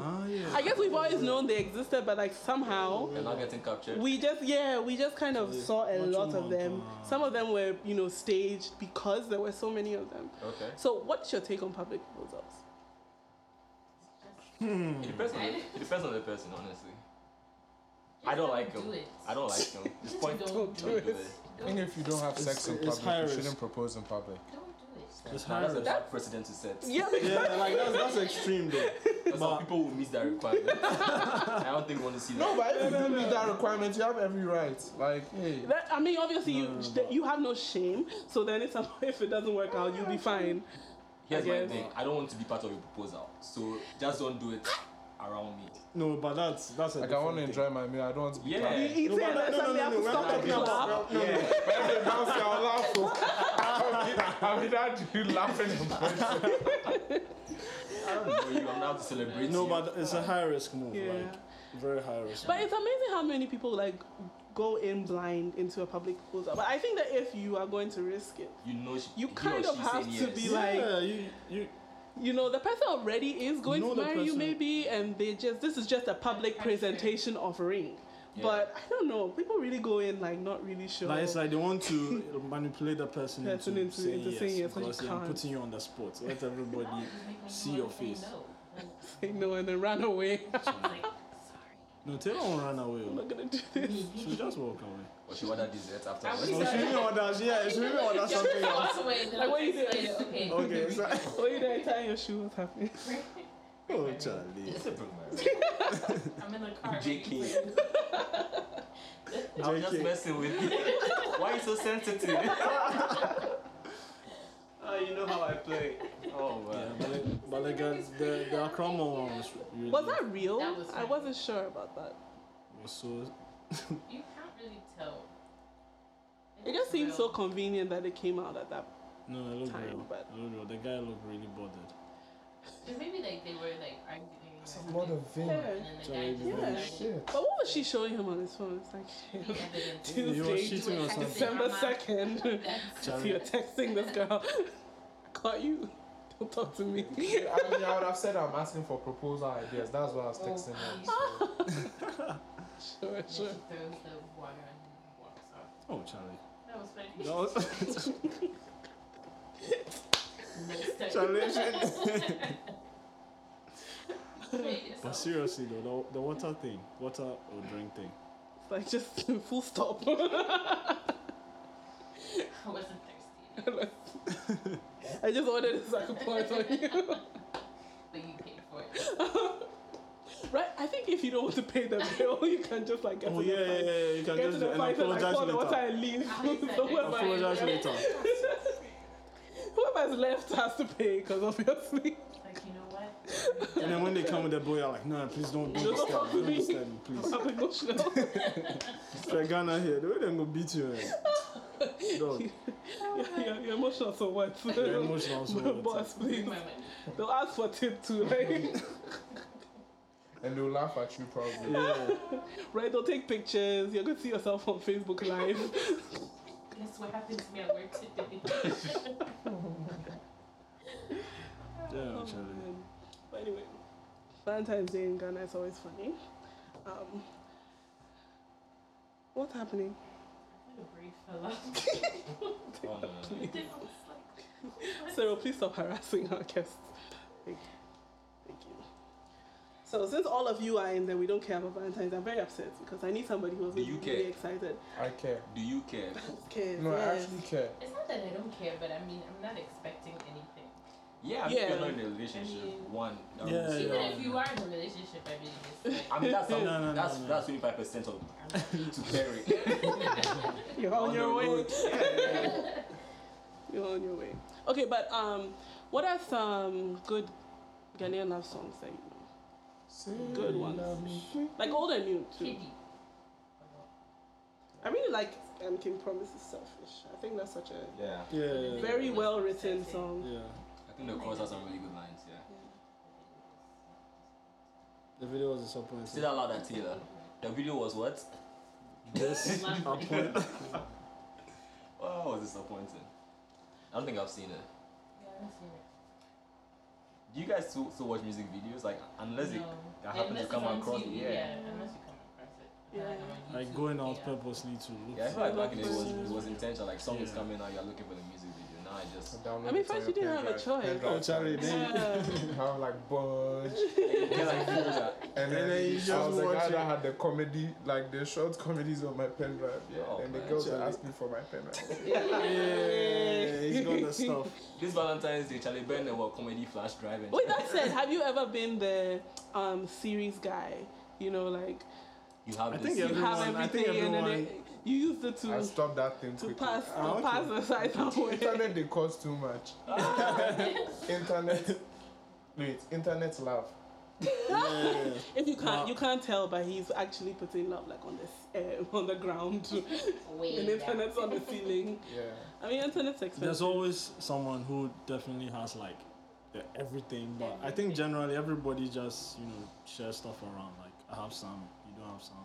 D: Ah, yeah.
A: I guess we've always known they existed but like somehow
B: They're not getting captured.
A: we just yeah we just kind of saw a
D: Much
A: lot of
D: more
A: them
D: than-
A: some of them were you know staged because there were so many of them
B: okay.
A: so what's your take on public proposals
B: It depends on the, it depends on the person, honestly. I don't like them.
E: Do it.
B: I don't like them. Just point.
E: Don't do
B: don't do
A: it.
B: it.
F: I think if you don't have sex in
D: It's- it's high
F: public, you
D: risk.
F: shouldn't propose in public.
E: Don't do it.
D: It's
B: Now,
D: high
B: that's a
D: risk.
B: bad precedent to set.
A: yeah because
D: Yeah, like that's, that's extreme though.
B: Because some
D: But-
B: people will miss that requirement. I don't think we want to see that.
F: No, but if you do meet that requirement, you have every right. Like, hey,
A: That, I mean, obviously, you
D: No, no, no,
A: th-
D: but-
A: you have no shame. So then, if some, if it doesn't work out, you'll be fine.
B: Here's my
A: Again.
B: thing. I don't want to be part of your proposal, so just don't do it around me.
D: No, but that's that's a
F: like I
D: different
F: want to
D: thing.
F: enjoy my meal. I don't want to be.
B: Yeah.
A: You eat
D: No,
A: it
D: but
A: and then
D: no, no,
A: suddenly
D: no,
A: have
D: no,
A: to
D: we're
A: stop
D: not
A: talking
D: talking
A: about.
B: Yeah.
F: Every bounce, I'll laugh. oh. I'll be, I'll be that dude laughing in person.
B: I don't know you. I'm not to celebrate.
D: No,
B: you.
D: but it's a high risk move.
A: Yeah.
D: Like very high risk.
A: But it's amazing how many people like go in blind into a public proposal. But I think that if you are going to risk it,
B: you know she,
A: You
B: he
A: kind
B: or
A: of
B: she
A: have
B: said
A: to
B: yes.
A: be
D: yeah,
A: like-
D: you you
A: you know the person already is going
D: know
A: to
D: the
A: marry you,
D: person.
A: maybe, and they just this is just a public
E: Pressure.
A: presentation of a ring.
B: Yeah.
A: But I don't know. People really go in like not really sure.
D: Like, it's like they want to manipulate the person,
A: Person
D: into,
A: into-
D: saying
A: into
D: yes,
A: saying yes, but you
D: because they are
A: can't.
D: putting you on the spot. Let everybody.
E: Now you just make me
D: see
E: wanna
D: your
E: say
D: face.
E: No. Like,
A: Say no and then run away.
E: like,
D: no, Taylor won't run away.
A: I'm
D: oh.
A: not gonna do this.
D: She'll just walk away.
B: Or she ordered dessert afterwards.
E: She
D: No, she
E: said-
D: really orders. Yeah, she really orders something else.
E: walk away, then
A: Like,
E: I'll
A: what you
E: text
A: doing?
E: later, Okay.
D: Okay, so,
A: Oh, you didn't tie your shoe. What's happening?
D: oh Charlie.
B: It's a problem.
E: I'm in the car.
B: JK. I'm just
D: JK.
B: messing with you. Why you so sensitive? oh, Ah, you know how I play. Oh,
D: Yeah,
B: man.
D: but, like- but like uh, the the Akrama one was really
A: Was that real?
E: That was
A: I
E: real.
A: wasn't sure about that.
D: was so
E: You can't really tell.
A: It
E: looks
A: just seemed
E: real.
A: so convenient that it came out at that.
D: no. It looked
A: Time,
D: real.
A: but-
D: It looked real. The guy looked really bothered.
E: Cause maybe like they were like arguing.
F: It's
E: or
F: a lot
E: something,
F: of thing.
A: Yeah.
E: And then the
D: So
E: guy
D: maybe
A: Yeah.
E: just started
F: Shit.
A: But what was she showing him on his phone? It's like
E: the evidence.
A: Tuesday,
D: You were cheating or something.
A: December second.
E: That's-
A: So you're texting this girl. Caught you. Don't talk to me.
F: I mean, I would have said I'm asking for proposal ideas. That's why I
A: Oh.
F: was texting her. So,
A: sure,
E: And she
A: sure.
E: throws the water and walks off.
D: Oh Charlie.
E: That was funny.
D: That was
E: Next time.
D: Charlie. she-
E: Wait,
D: But
E: so-
D: seriously though, the, the water thing, water or drink thing.
A: It's like just full stop.
E: I wasn't thirsty,
A: I just ordered a sack of points on you.
E: but you paid for it.
A: Right? I think if you don't want to pay the bill, you can just like get
D: oh
A: to the
D: yeah, yeah,
A: fight.
D: yeah, You can
A: Get to
D: just
A: the
D: and
A: fight and I
D: apologize
A: call the water
D: later.
A: and leave.
E: Ah, he said
A: so
E: that.
A: whoever,
E: Apologize.
D: Apologize later.
A: whoever's left has to pay because obviously.
E: Like you know what?
D: And then when they come with the boy, I'm like, no, please don't do
A: Don't
D: this
A: talk
D: guy.
A: to
D: Don't
A: me.
D: this guy, please.
A: I'm emotional.
D: If you're Ghana here, the way they're gonna beat you. Eh? Dog,
A: yeah, yeah, you're emotional, so what?
D: you're emotional. So what?
A: Boss, please.
E: Bring my money.
A: They'll ask for tip too, like,
F: and they'll laugh at you probably.
D: yeah.
A: right? They'll take pictures. You're gonna see yourself on Facebook Live.
E: Guess what happened to me at work today?
D: Yeah, Charlie.
A: Oh, man. But anyway, Valentine's Day in Ghana is always funny. Um, what's happening?
E: What a brief fellow.
B: Oh, no, no, no.
E: It didn't look
A: Sarah, please stop harassing our guests. Thank you. Thank you. So since all of you are in there, we don't care about Valentine's. I'm very upset because I need somebody who's
B: Do
A: really,
B: you
A: really
B: care?
A: excited.
F: I care.
B: Do you care?
A: Cares,
F: No, I
A: yes.
F: actually care.
E: It's not that I don't care, but I mean, I'm not expecting anything.
B: Yeah, if
A: Yeah.
B: you're not in a relationship,
E: mean-
B: one. that
D: Yeah,
B: would
D: yeah.
B: say
E: Even
B: no.
E: if you are in a relationship, I mean, it's like,
B: I mean, that's,
D: No,
B: some,
D: no, no,
B: that's,
D: no.
B: that's 25% of to carry.
A: You're on,
B: On
A: your
B: the
A: way.
B: road.
A: You're on your way. Okay, but um, what are some good Ghanaian love songs that you know? Good
D: Mm,
A: ones. Like old and new too.
E: Kitty.
A: I really like um, King Promise is Selfish. I think that's such a
B: yeah.
D: Yeah.
A: very well written song.
D: Yeah.
B: I think the chorus has some really good lines, yeah.
D: The video was
B: Say
D: disappointing.
B: that loud at Taylor. The video was what?
D: This appoint-
B: Oh, it was disappointing. I don't think I've seen it. Do you guys still, still watch music videos? Like, unless it that happens to come across
E: TV,
B: it, yeah.
E: unless you come across it. Not
A: Yeah.
E: on
D: Like
E: YouTube,
D: going out
E: yeah.
D: purposely to look.
B: Yeah, I
D: for-
B: feel like back in the day it was, it was
D: Yeah.
B: intentional. Like, song is
D: Yeah.
B: coming out, you're looking for the music video. Now I just.
A: I mean, first you didn't have a choice.
D: Oh, Charlie, then-
A: Yeah.
F: Have like bunch,
B: you get like feel that.
F: and
D: then
F: then,
D: you just
F: I was the
D: watch
F: guy
D: it.
F: that had the comedy, like the short comedies on my pen drive. Yeah,
B: Oh,
F: and the
B: man.
F: girls were
D: Charlie.
F: asking for my pen drive.
D: Yeah, he's got the stuff.
B: This Valentine's Day, Charlie Ben and comedy flash drive. And
A: Wait, that said, have you ever been the um, series guy? You know, like
B: you have
D: I
B: this.
D: think
B: you
A: you
D: everyone-
A: have
D: I think
A: everything and then
D: everyone-
A: it, you use it
F: I
A: to
F: stopped that thing
A: to
F: quickly.
A: pass to
D: Ah, okay.
A: pass the side somewhere.
F: Internet, they cost too much. internet, wait, internet love.
D: Yeah.
A: If you can't,
D: Nah.
A: you can't tell, but he's actually putting love like on the s- uh, on the ground,
E: Way
A: and
E: back.
A: internet's on the ceiling.
F: Yeah.
A: I mean, internet's expensive.
D: There's always someone who definitely has like the everything, but I think generally everybody just you know shares stuff around. Like I have some, you don't have some.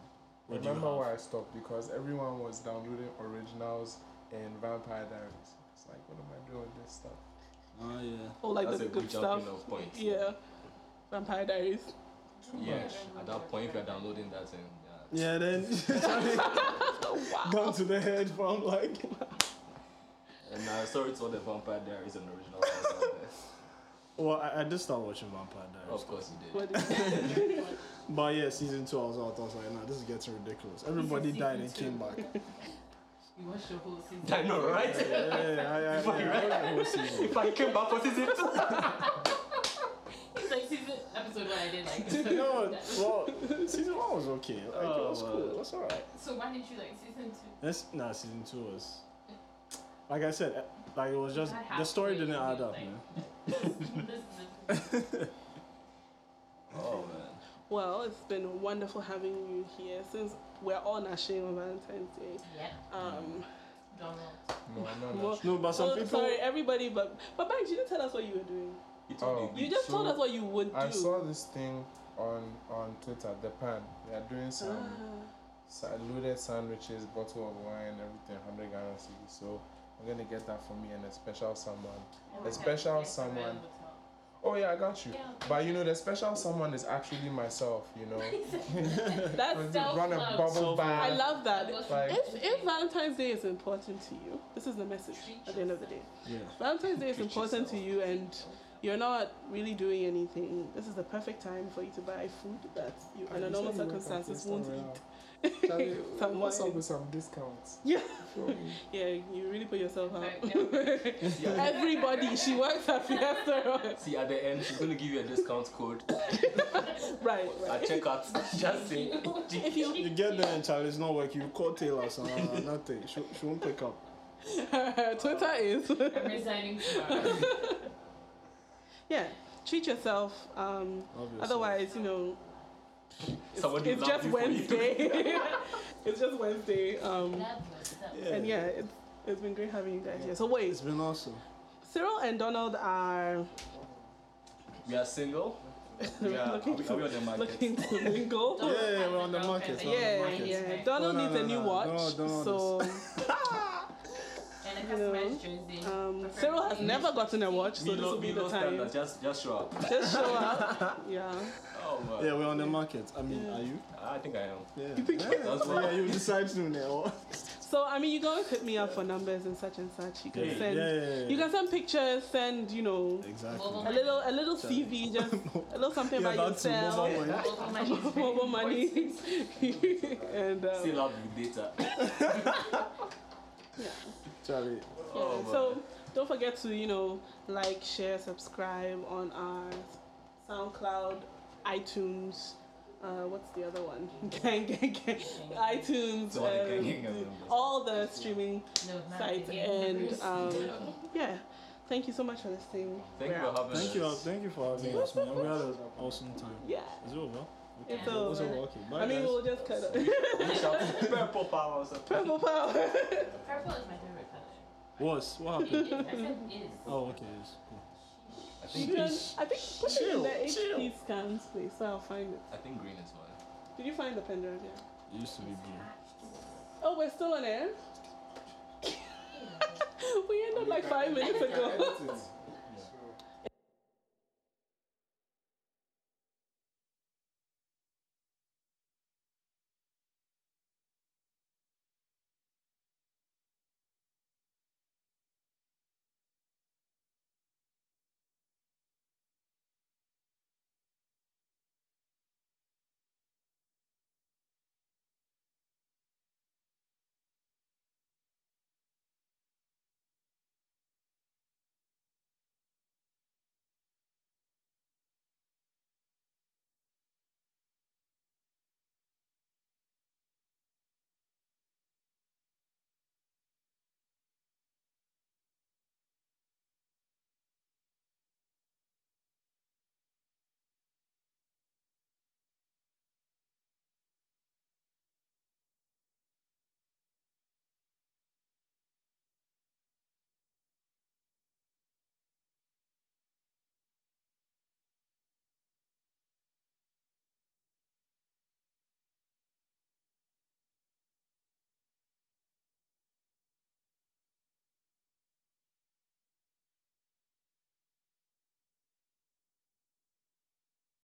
D: What do you
F: Remember
D: have?
F: why I stopped? Because everyone was downloading originals and Vampire Diaries. It's like, what am I doing with this stuff?
D: Oh yeah.
A: Oh, like
B: That's
A: the
B: a
A: good
B: good
A: stuff.
B: jumping off points.
A: Yeah. Vampire Diaries.
B: Yeah, at that point, if you're downloading that, and yeah,
D: Yeah, then Charlie gun to the head, fam. Like,
B: And uh, sorry to all the Vampire Diaries and original fans out there.
D: well, I, I did start watching Vampire Diaries,
B: Of course you did.
A: What is it?
D: but yeah, season two I was out. I was like, nah, this is getting ridiculous. Everybody
E: Season
D: died and
E: two.
D: came back.
E: You watched the whole season.
B: I know, right?
D: Yeah, I, I, I, I, I, I was season.
B: if I came back for season two.
E: It's like season episode one I didn't like.
D: You know what? well, season one was okay. Like, it
B: Oh,
D: was
B: well.
D: cool. It was alright.
E: So why didn't you like season two?
D: This nah, season two was. Like I said, eh, like it was just
E: Not
D: the story
E: halfway,
D: didn't add
E: you
D: up,
E: like-
D: man.
E: this is the
B: Oh man.
A: Well, it's been wonderful having you here since we're all gnashing on Valentine's Day.
E: yeah.
A: Um,
E: Donald.
F: No, I'm not.
A: well,
F: actually.
D: No, but some
A: well,
D: people.
A: sorry, everybody, but but Banks, you didn't tell us what you were doing.
B: He told
F: Oh.
B: me.
A: You just
F: So,
A: told us what you would do.
F: I saw this thing on on Twitter. The pan. They are doing some
A: Ah.
F: sa- loaded sandwiches, bottle of wine, everything, hundred Ghana cedis. So I'm gonna get that for me and a special someone. A special someone. Oh yeah, I got you.
E: Yeah.
F: But you know, the special someone is actually myself. You know,
A: That's
F: Just run a
E: self-love.
F: bubble
A: I
F: bath.
A: love that.
F: Like-
A: If if Valentine's Day is important to you, this is the message
E: Treat
A: at the end of the day.
D: Yeah.
A: Valentine's Day is
B: Treat
A: important to
B: yourself.
A: you and you're not really doing anything. This is the perfect time for you to buy food that you under normal circumstances won't eat.
F: eat. Charlie,
A: Some
F: what's up
A: wine.
F: with some discounts?
A: Yeah,
F: for me?
A: yeah, you really put yourself out.
B: See at, the,
A: Everybody, she works at Fiesta.
B: see at the end, she's gonna give you a discount code
A: Right,
B: at
A: right.
B: checkout. Just say.
A: If you
D: You get there and Charlie's not working. You call Taylor, so uh, nothing. She, she won't pick up.
A: Twitter is
E: I'm resigning tomorrow.
A: yeah. Treat yourself. Um,
D: Obviously.
A: otherwise, you know, it's,
B: Someone who
A: it's
B: loved
A: just
B: you for you.
A: Wednesday. it's just Wednesday. Um,
E: Love yourself.
D: Yeah.
A: and yeah, it's, it's been great having you guys here. So
D: It's
A: wait,
D: been awesome.
A: Cyril and Donald are
B: We are single. We are, are, we, are we on the market?
A: looking to mingle.
E: Donald
D: Yeah,
E: has
D: we're
E: a
D: on the market,
E: girlfriend,
D: we're
A: Yeah,
D: on the
E: and
D: market.
E: he's
A: yeah.
E: like-
A: Donald
D: No, no,
A: needs a
D: no,
A: new
D: no.
A: watch,
D: No, Donald
A: so
E: And a
A: You know,
E: customized jersey.
A: um,
E: preferably
A: Cyril has
E: green.
A: never gotten a watch, so this
B: Milo,
A: will be
B: Milo
A: the time.
B: standards. Just, just show up.
A: Just show up. Yeah.
B: Oh man.
D: Yeah, we're on the market. I mean, are you?
B: I think I am.
D: Yeah.
B: That's
D: So
B: what-
D: yeah, you decide soon. Yeah. or-
A: So I mean, you guys hit me up for numbers and such and such. You can
B: Yeah,
A: send.
D: yeah, yeah, yeah.
A: You can send pictures. Send you know
D: Exactly.
A: a little a little CV, just a little something
D: Yeah,
A: about
D: that's too mobile
A: yourself.
D: money.
E: Mobile money is very
A: Mobile
E: important.
A: money. and um,
B: Still out with data.
A: yeah.
D: Charlie.
B: Oh,
A: Yeah,
B: man.
A: so don't forget to you know like, share, subscribe on our SoundCloud, iTunes. Uh, what's the other one? Gang, gang, gang. iTunes.
B: So all the
A: um,
B: ganging members.
A: all the streaming
E: No, not
A: sites
E: the
A: and
E: game.
A: um, yeah. Thank you so much for listening.
B: Thank you
A: We're out.
B: for having
D: Thank
B: us.
D: you. uh, Thank you for having us, man. We had an awesome time.
A: Yeah.
D: Is it over? Okay.
A: It's over.
D: It's over. Okay. Bye,
A: I mean,
D: guys.
A: we'll just cut it.
B: Purple power or something.
A: Purple power.
E: Purple is my favorite color.
D: What's what
E: It
D: happened?
E: is. I said is.
D: Oh, okay. It's cool.
B: I think,
A: Even- I think put it in the
D: Chill,
A: HP scans place so I'll find it.
B: I think green is fine.
A: Did you find the pen drive yet?
D: It used to be blue.
A: Oh, we're still on air? we ended like five minutes ago.